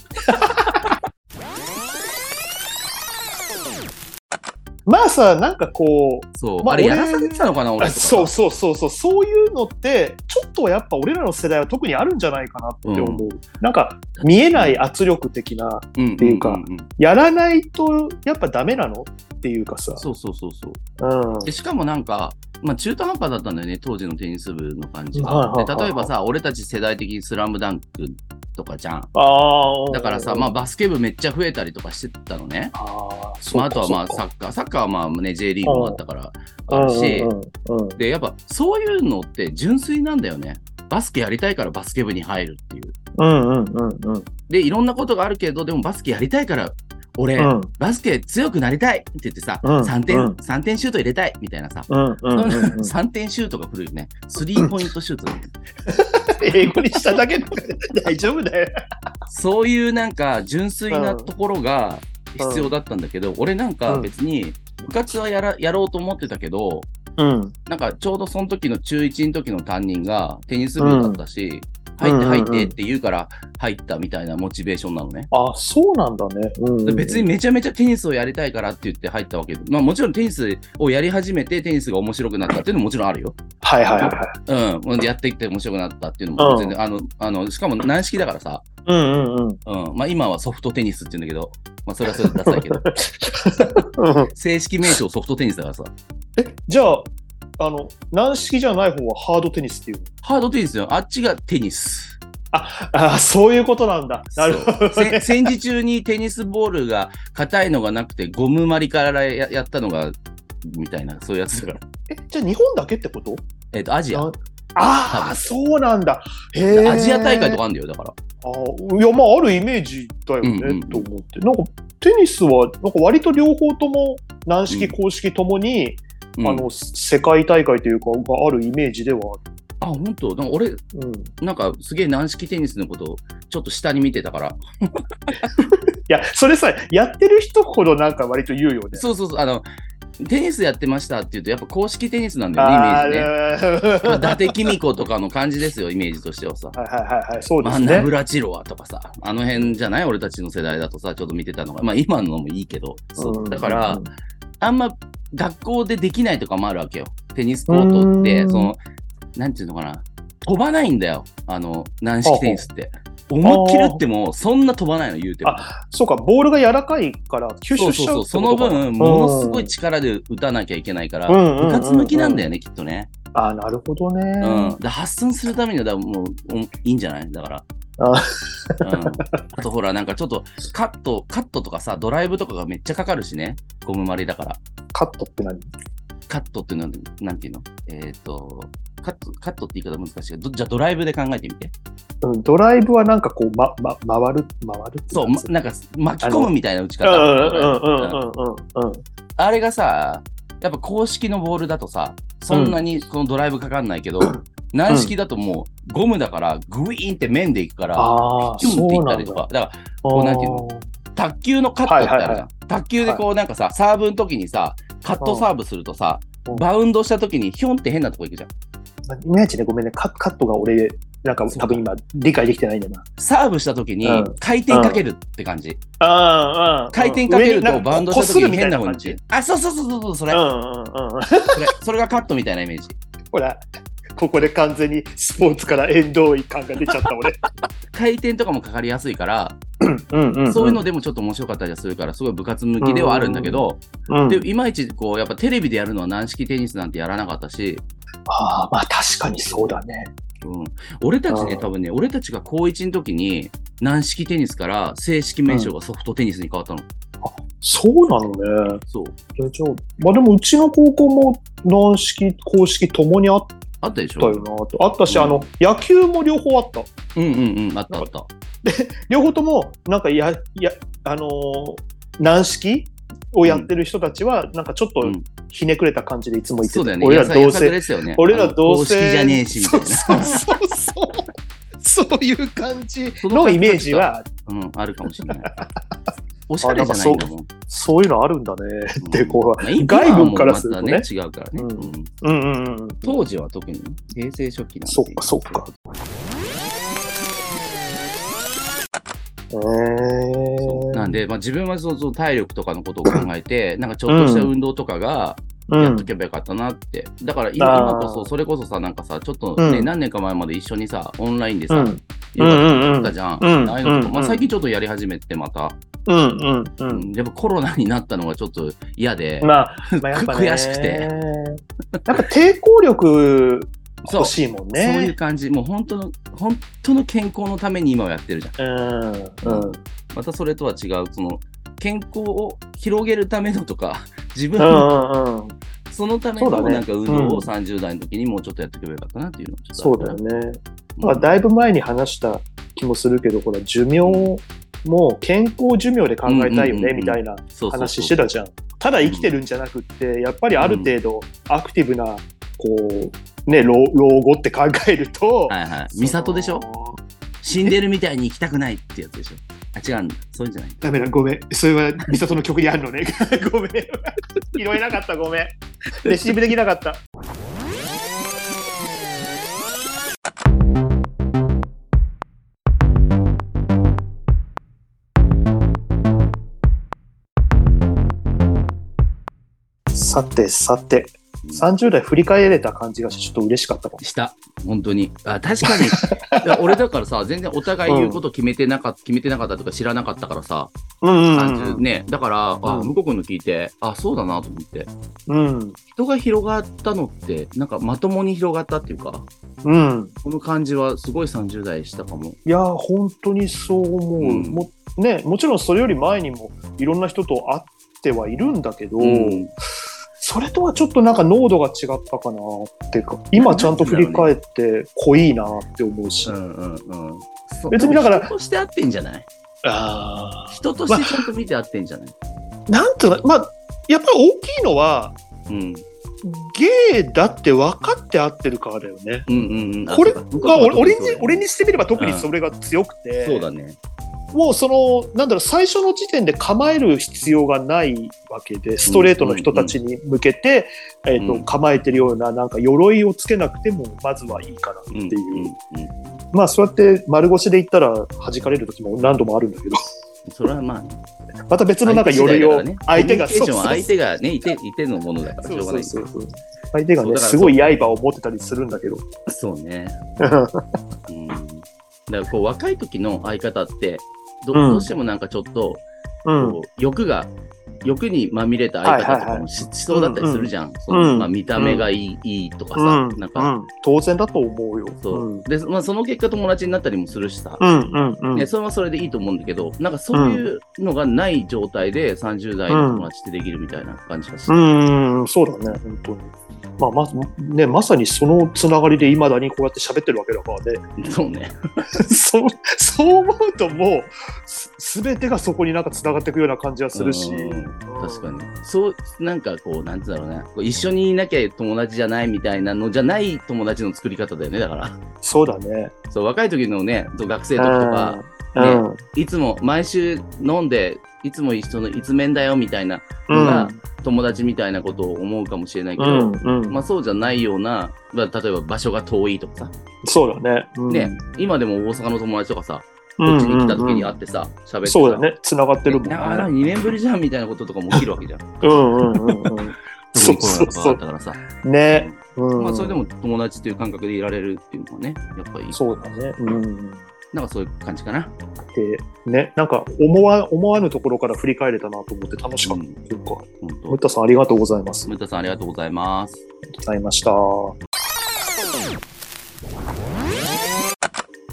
Speaker 1: まあさ、なんかこう、
Speaker 2: そう、
Speaker 1: まあ
Speaker 2: あれ
Speaker 1: 俺
Speaker 2: やらされてたのかな、俺
Speaker 1: あ
Speaker 2: とかさ。
Speaker 1: そうそうそうそう、そういうのって、ちょっとやっぱ俺らの世代は特にあるんじゃないかなって思う。なんか、見えない圧力的な、
Speaker 2: うん、って
Speaker 1: いうかやらないとやっぱダメなのっていうかさ。
Speaker 2: そうそうそうそう。
Speaker 1: うん
Speaker 2: でしかもなんか、まあ、中途半端だったんだよね、当時のテニス部の感じ
Speaker 1: はい
Speaker 2: が。
Speaker 1: はいはいは
Speaker 2: で
Speaker 1: い
Speaker 2: 例えばさ、俺たち世代的にスラムダンクとかじゃん。
Speaker 1: あー
Speaker 2: だからさ、まあ、、バスケ部めっちゃ増えたりとかしてたのね。
Speaker 1: あーそう
Speaker 2: まあ、
Speaker 1: か
Speaker 2: あとはまあ
Speaker 1: そう
Speaker 2: サ
Speaker 1: か
Speaker 2: ッカー、サッカーはまあ、ね、J リーグもあったからあるし
Speaker 1: う、んうんうんうん
Speaker 2: で、やっぱそういうのって純粋なんだよね。バスケやりたいからバスケ部に入るっていう。
Speaker 1: うんうんうんうん
Speaker 2: で、いろんなことがあるけど、でもバスケやりたいから、俺、
Speaker 1: うん
Speaker 2: バスケ強くなりたいって言ってさ、
Speaker 1: うん
Speaker 2: 3点、
Speaker 1: うん
Speaker 2: 3点シュート入れたいみたいなさ、
Speaker 1: うんうんうんうん
Speaker 2: 3点シュートが古いよね。スリーポイントシュートだよね。
Speaker 1: 英語にしただけで大丈夫だよ。
Speaker 2: そういうなんか純粋なところが必要だったんだけど、俺なんか別に部活はやらやろうと思ってたけど、
Speaker 1: うん
Speaker 2: なんかちょうどその時の中1の時の担任がテニス部だったし、
Speaker 1: うん
Speaker 2: 入って入っ
Speaker 1: うんうんう
Speaker 2: て
Speaker 1: ん
Speaker 2: って言うから入ったみたいなモチベーションなのね。
Speaker 1: あそうなんだね。うんうん
Speaker 2: 別にめちゃめちゃテニスをやりたいからって言って入ったわけで、まあもちろんテニスをやり始めてテニスが面白くなったっていうのももちろんあるよ。
Speaker 1: はいはいはいはい。
Speaker 2: うん。やってきて面白くなったっていうのも全然、あの、あの、しかも軟式だからさ、
Speaker 1: うんうんうん。
Speaker 2: うん。まあ今はソフトテニスって言うんだけど、まあそれはそれでダサいけ ど、
Speaker 1: うん
Speaker 2: 正式名称ソフトテニスだからさ、
Speaker 1: じゃあ、あの、軟式じゃない方はハードテニスっていう。
Speaker 2: ハードテニスよ。あっちがテニス。
Speaker 1: ああ、そういうことなんだ。なるほど
Speaker 2: そう せ
Speaker 1: ね。
Speaker 2: 戦時中にテニスボールが硬いのがなくて、ゴムまりからややったのが、みたいな、そういうやつ だから。
Speaker 1: え、じゃあ日本だけってこと
Speaker 2: えっ、と、アジア。
Speaker 1: なあ
Speaker 2: 多
Speaker 1: あ、
Speaker 2: 分
Speaker 1: そうなんだ。へえ。
Speaker 2: アジア大会とかあるんだよ、だから。
Speaker 1: あーいやまああるイメージだよね、
Speaker 2: うんうん
Speaker 1: と思ってなんかテニスはなんか割と両方とも軟式公式ともに、
Speaker 2: うん
Speaker 1: あの世界大会というかがあるイメージではあ
Speaker 2: あ、本当なんか俺、
Speaker 1: る、うん、い
Speaker 2: なんかすげえ軟式テニスのことをちょっと下に見てたから。
Speaker 1: やそれさやってる人ほどなんか割と言うよね
Speaker 2: そうそうそう、あの、テニスやってましたって言うと、やっぱ公式テニスなんだよね、イメ
Speaker 1: あ
Speaker 2: ージね。
Speaker 1: ー
Speaker 2: やっぱ伊達公子とかの感じですよ、イメージとしてはさ。
Speaker 1: はいはいはいはいそうで
Speaker 2: マ
Speaker 1: す
Speaker 2: ンダ
Speaker 1: ね
Speaker 2: ブラチロワとかさ、あの辺じゃない俺たちの世代だとさ、ちょっと見てたのが、まあ今のもいいけど、そうだから、
Speaker 1: うん
Speaker 2: あんま学校でできないとかもあるわけよ。テニスコートっ
Speaker 1: う
Speaker 2: て、
Speaker 1: ん
Speaker 2: その、なんていうのかな、飛ばないんだよ、あの、軟式テニスって。思いっきり打っても、そんな飛ばないの、言うても。
Speaker 1: そうかボールが柔らかいから吸
Speaker 2: そう
Speaker 1: 収し
Speaker 2: そう
Speaker 1: ちゃ
Speaker 2: そうう、その分、ものすごい力で打たなきゃいけないから、部
Speaker 1: 部
Speaker 2: 活向きなんだ
Speaker 1: よ、
Speaker 2: よね、きっとね。
Speaker 1: ああなるほどね、
Speaker 2: うん。で、発散するためには、だからもう、おいいんじゃないだから。
Speaker 1: あ
Speaker 2: うん、あとほら、なんかちょっと、カット、カットとかさ、ドライブとかがめっちゃかかるしね。ゴムまりだから。
Speaker 1: カットって何
Speaker 2: カットってなんなんていうのえっ、と、カット、カットって言い方難しいけど、どじゃあドライブで考えてみて。
Speaker 1: うん、ドライブはなんかこう、ま、ま、回る、回るっていか
Speaker 2: そう、まなんか巻き込むみたいな打ち
Speaker 1: うんう
Speaker 2: 方。
Speaker 1: んうんうん
Speaker 2: うん
Speaker 1: うんうん。
Speaker 2: あれがさ、やっぱ公式のボールだとさ、そんなにこのドライブかかんないけど、軟式だともうゴムだから、グイーンって面でいくから、
Speaker 1: ああ、
Speaker 2: キュンって
Speaker 1: そ
Speaker 2: いっ
Speaker 1: う
Speaker 2: た
Speaker 1: な
Speaker 2: り
Speaker 1: ん
Speaker 2: と
Speaker 1: だ
Speaker 2: か。。だからこうなんていうの卓球のカットってあるじゃ
Speaker 1: はい
Speaker 2: ん。
Speaker 1: はいは
Speaker 2: 卓球でこうなんかさ、サーブの時にさ、カットサーブするとさ
Speaker 1: うん、
Speaker 2: バウンドした時にヒョンって変なとこ行くじゃん。
Speaker 1: あーイメージね、ごめんね、カカットが俺、なんか多分今、理解できてないんだな。
Speaker 2: サーブした時に
Speaker 1: うん
Speaker 2: 回転かけるって感じ。
Speaker 1: ああ、
Speaker 2: 回転かけるとバウンドした時に変な
Speaker 1: う
Speaker 2: 風
Speaker 1: んう
Speaker 2: に打
Speaker 1: ん
Speaker 2: ち。あ、そうそうそうそうそう、それ。
Speaker 1: うんうん。
Speaker 2: それそれがカットみたいなイメージ。
Speaker 1: ほら、ここで完全にスポーツから縁遠い感が出ちゃった俺。
Speaker 2: 回転とかもかかりやすいから、
Speaker 1: うんうん
Speaker 2: そういうのでもちょっと面白かったりはするから、すごい部活向きではあるんだけど、
Speaker 1: うん
Speaker 2: で、いまいちこう、やっぱテレビでやるのは軟式テニスなんてやらなかったし、
Speaker 1: ああ、まあ確かにそうだね。
Speaker 2: うん、俺たちね、
Speaker 1: うん
Speaker 2: 多分ね、俺たちが高1の時に、軟式テニスから正式名称がソフトテニスに変わったの。
Speaker 1: そうなのね。
Speaker 2: そう。
Speaker 1: えじゃあ、まあでもうちの高校も軟式、公式ともにあっ
Speaker 2: あったでし
Speaker 1: あった
Speaker 2: ょ
Speaker 1: よなと。あったし、
Speaker 2: うん
Speaker 1: あの、野球も両方あった。
Speaker 2: うんうんうん、あったあった。
Speaker 1: 両方とも、なんかや、や、あのー軟式をやってる人たちは、なんかちょっと
Speaker 2: うん
Speaker 1: ひねくれた感じでいつも言って
Speaker 2: そうだよ
Speaker 1: て、
Speaker 2: ね。
Speaker 1: 俺ら
Speaker 2: やさ
Speaker 1: どう
Speaker 2: やさぐ
Speaker 1: せ、
Speaker 2: ですよね。
Speaker 1: 俺
Speaker 2: あ
Speaker 1: ら
Speaker 2: の
Speaker 1: どう
Speaker 2: 公式
Speaker 1: せ、
Speaker 2: じゃねえし、みたいな。
Speaker 1: そうそうそうそう。 そういう感じ
Speaker 2: その
Speaker 1: のイメージは、
Speaker 2: うん、あるかもし れない。おしゃれじゃないんだもん。
Speaker 1: そういうのあるんだね。
Speaker 2: うん
Speaker 1: ってこう
Speaker 2: まあ今は
Speaker 1: 外部からするとね
Speaker 2: また違うからね。
Speaker 1: うん
Speaker 2: うん
Speaker 1: うんうんうん。
Speaker 2: 当時は特に平成初期なんで。
Speaker 1: そっかそっか。え
Speaker 2: そう。
Speaker 1: ー、
Speaker 2: なんで、まあ、自分はそうそう体力とかのことを考えて、なんかちょっとした運動とかが
Speaker 1: う
Speaker 2: やっと
Speaker 1: ん。
Speaker 2: けばよかったなって。だから
Speaker 1: あ
Speaker 2: 今
Speaker 1: ー
Speaker 2: 今こそ、それこそさ、なんかさ、ちょっとね、
Speaker 1: うん
Speaker 2: 何年か前まで一緒にさ、オンラインで
Speaker 1: う
Speaker 2: さ、
Speaker 1: ん。
Speaker 2: ヨガとかやったじゃん。
Speaker 1: うんうん
Speaker 2: ああいうのと
Speaker 1: う
Speaker 2: か
Speaker 1: ん
Speaker 2: まあ、最近ちょっとやり始めてまた、
Speaker 1: うん。うん。うん。
Speaker 2: やっぱコロナになったのがちょっと嫌で、
Speaker 1: まあ、まあ、やっぱね。
Speaker 2: 悔しく て。
Speaker 1: やっぱ抵抗力
Speaker 2: そう
Speaker 1: 欲しいもん
Speaker 2: そういう
Speaker 1: ね。
Speaker 2: 感じ、もう本当の、本当の健康のために今はやってるじゃん。
Speaker 1: うん。 うん。
Speaker 2: またそれとは違う、その、健康を広げるためのとか、 自分
Speaker 1: う
Speaker 2: の、
Speaker 1: んうんうん。
Speaker 2: そのため
Speaker 1: そうだ
Speaker 2: の
Speaker 1: ね
Speaker 2: なんか運動
Speaker 1: うん
Speaker 2: を30代の時にもうちょっとやっておけばよかったなっていうのをちょっと
Speaker 1: そうだよね。
Speaker 2: うん
Speaker 1: まあ、だいぶ前に話した気もするけど、ほら、寿命も健康寿命で考えたいよ
Speaker 2: うんうんうんう
Speaker 1: ね、
Speaker 2: ん
Speaker 1: みたいな
Speaker 2: そうそうそう
Speaker 1: 話してたじゃん。ただ生きてるんじゃなくって、やっぱりある程度アクティブな、こう、ね、老老後って考えると、
Speaker 2: はいはい。美里でしょ
Speaker 1: その
Speaker 2: 死んでるみたいに行きたくないってやつでしょあ、違うんだ。そういうんじゃない。
Speaker 1: ダメだ、ごめん。それは美里の曲にあるのね。 ごめん。拾えなかった、ごめん。レシーブできなかった。さてさて、30代振り返れた感じがしてちょっと嬉しかったかも。
Speaker 2: した。本当に。あ、確か に。いや俺だからさ、全然お互い言うこと決めてなかった、決めてなかったとか知らなかったからさ、
Speaker 1: うん
Speaker 2: 30ね。だから、あ、
Speaker 1: うん
Speaker 2: 向こうの聞いて、あ、そうだなと思って。
Speaker 1: うん。
Speaker 2: 人が広がったのって、なんかまともに広がったっていうか、
Speaker 1: うん。
Speaker 2: この感じはすごい30代したかも。
Speaker 1: いやー本当にそう思う、
Speaker 2: うん
Speaker 1: もね、もちろんそれより前にもいろんな人と会ってはいるんだけど、
Speaker 2: うん
Speaker 1: それとはちょっとなんか濃度が違ったかなっていうか今ちゃんと振り返って濃いなって思うし、
Speaker 2: うんうんうん。そう
Speaker 1: 別にだから
Speaker 2: 人として合ってんじゃない
Speaker 1: あ
Speaker 2: 人としてちゃんと見て合ってんじゃない、
Speaker 1: ーなんとなまあやっぱり大きいのは
Speaker 2: うん。
Speaker 1: ゲイだって分かって合ってるからだよね。
Speaker 2: うんうんうん。あ
Speaker 1: これ
Speaker 2: そう
Speaker 1: が
Speaker 2: か
Speaker 1: 俺俺に俺
Speaker 2: に
Speaker 1: にしてみれば特にそれが強くて、
Speaker 2: そうだね。
Speaker 1: もうそのなんだろう最初の時点で構える必要がないわけでストレートの人たちに向けて、えーと
Speaker 2: うん
Speaker 1: 構えてるようななんか鎧をつけなくてもまずはいいかなって
Speaker 2: うん
Speaker 1: いう、
Speaker 2: うんうん
Speaker 1: まあそうやって丸腰で言ったら弾かれる時も何度もあるんだけど
Speaker 2: それはまあね、
Speaker 1: また別のなんか鎧を相手が
Speaker 2: コミュニケーシ
Speaker 1: そう
Speaker 2: ョンは
Speaker 1: そう
Speaker 2: 相手がね、いて、いてのものだから、し
Speaker 1: そ
Speaker 2: ょ
Speaker 1: う
Speaker 2: うが
Speaker 1: そ
Speaker 2: な
Speaker 1: う
Speaker 2: いけ
Speaker 1: そ
Speaker 2: ど。
Speaker 1: うそう相手が
Speaker 2: そう
Speaker 1: ね
Speaker 2: だから
Speaker 1: すごい刃を持ってたりするん だけど
Speaker 2: そうね。うん。だからこう、若い時の相方って、ど
Speaker 1: うん
Speaker 2: どうしてもなんかちょっと、
Speaker 1: うん
Speaker 2: こう欲が、欲にまみれた相方と
Speaker 1: はい
Speaker 2: か
Speaker 1: はいは
Speaker 2: もししそうだったりするじゃん。そうの
Speaker 1: ん
Speaker 2: まあ見た目がいいいいとかさ、
Speaker 1: うん
Speaker 2: なんか、
Speaker 1: うん当然だと思うよ
Speaker 2: そう。で、まあその結果友達になったりもするしさ、
Speaker 1: うんうんうん
Speaker 2: ね、それはそれでいいと思うんだけど、なんかそういうのがない状態で30代の友達ってできるみたいな感じがして、
Speaker 1: うーん、そうだね、本当に。まあ、まね、まさにそのつながりでいまだにこうやって喋ってるわけだからね。
Speaker 2: そうね。
Speaker 1: そう、そう思うともう、すべてがそこになんかつながっていくような感じはするし。
Speaker 2: うん確かに。そう、なんかこう、なんつうんだろうね。こう一緒にいなきゃ友達じゃないみたいなのじゃない友達の作り方だよね、だから。
Speaker 1: そうだね。
Speaker 2: そう、若い時のね、そう学生の時とか、
Speaker 1: うん
Speaker 2: ねいつも毎週飲んで、いつも一緒のいつ面だよみたいな
Speaker 1: うん。
Speaker 2: のが友達みたいなことを思うかもしれないけ
Speaker 1: う
Speaker 2: ど、
Speaker 1: ん。うん。うん
Speaker 2: まあそうじゃないような、まあ、例えば場所が遠いとかさ、
Speaker 1: そうだね。うん
Speaker 2: ね、今でも大阪の友達とかさ、
Speaker 1: うん
Speaker 2: こっちに来た時に
Speaker 1: うん
Speaker 2: 会ってさ、喋ってさ、
Speaker 1: そうだね。つながってるもん
Speaker 2: ねあ
Speaker 1: ね。
Speaker 2: 2年ぶりじゃんみたいなこととかも起きるわけじゃん。
Speaker 1: うんうんうんうん。 そうそう
Speaker 2: コロナとか
Speaker 1: そ
Speaker 2: あっ
Speaker 1: う。
Speaker 2: たからさ。
Speaker 1: ね。うん
Speaker 2: まあそれでも友達という感覚でいられるっていうのはね、やっぱり、
Speaker 1: そうだね。うん。
Speaker 2: なんかそういう感じかな。
Speaker 1: で、ね、なんか思わ思わぬところから振り返れたなと思って楽しか
Speaker 2: う
Speaker 1: っ
Speaker 2: ん
Speaker 1: た。今回
Speaker 2: 本
Speaker 1: ムッ
Speaker 2: 当。
Speaker 1: タさんありがとうございます。あり
Speaker 2: ムタさんありがとうございます。
Speaker 1: がとうございました。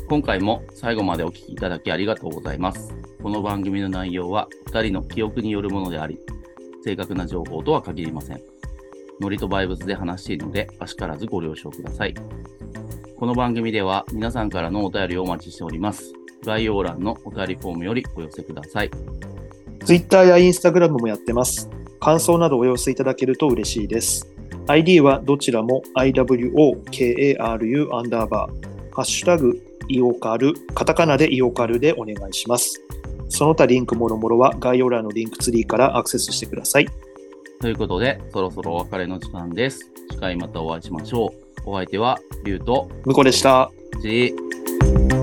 Speaker 2: 今回も最後までお聞きいただきありがとうございます。この番組の内容は2人の記憶によるものであり、正確な情報とは限りません。ノリとバイブスで話しているので、あしからずご了承ください。この番組では皆さんからのお便りをお待ちしております。概要欄のお便りフォームよりお寄せください。
Speaker 1: Twitter や Instagram もやってます。感想などお寄せいただけると嬉しいです。ID はどちらも IWOKARU アンダーバー、ハッシュタグイオカル、カタカナでイオカルでお願いします。その他リンクもろもろは概要欄のリンクツリーからアクセスしてください。
Speaker 2: ということで、そろそろお別れの時間です。次回またお会いしましょう。お相手は、リュウと、
Speaker 1: 向こうでした。
Speaker 2: ジー。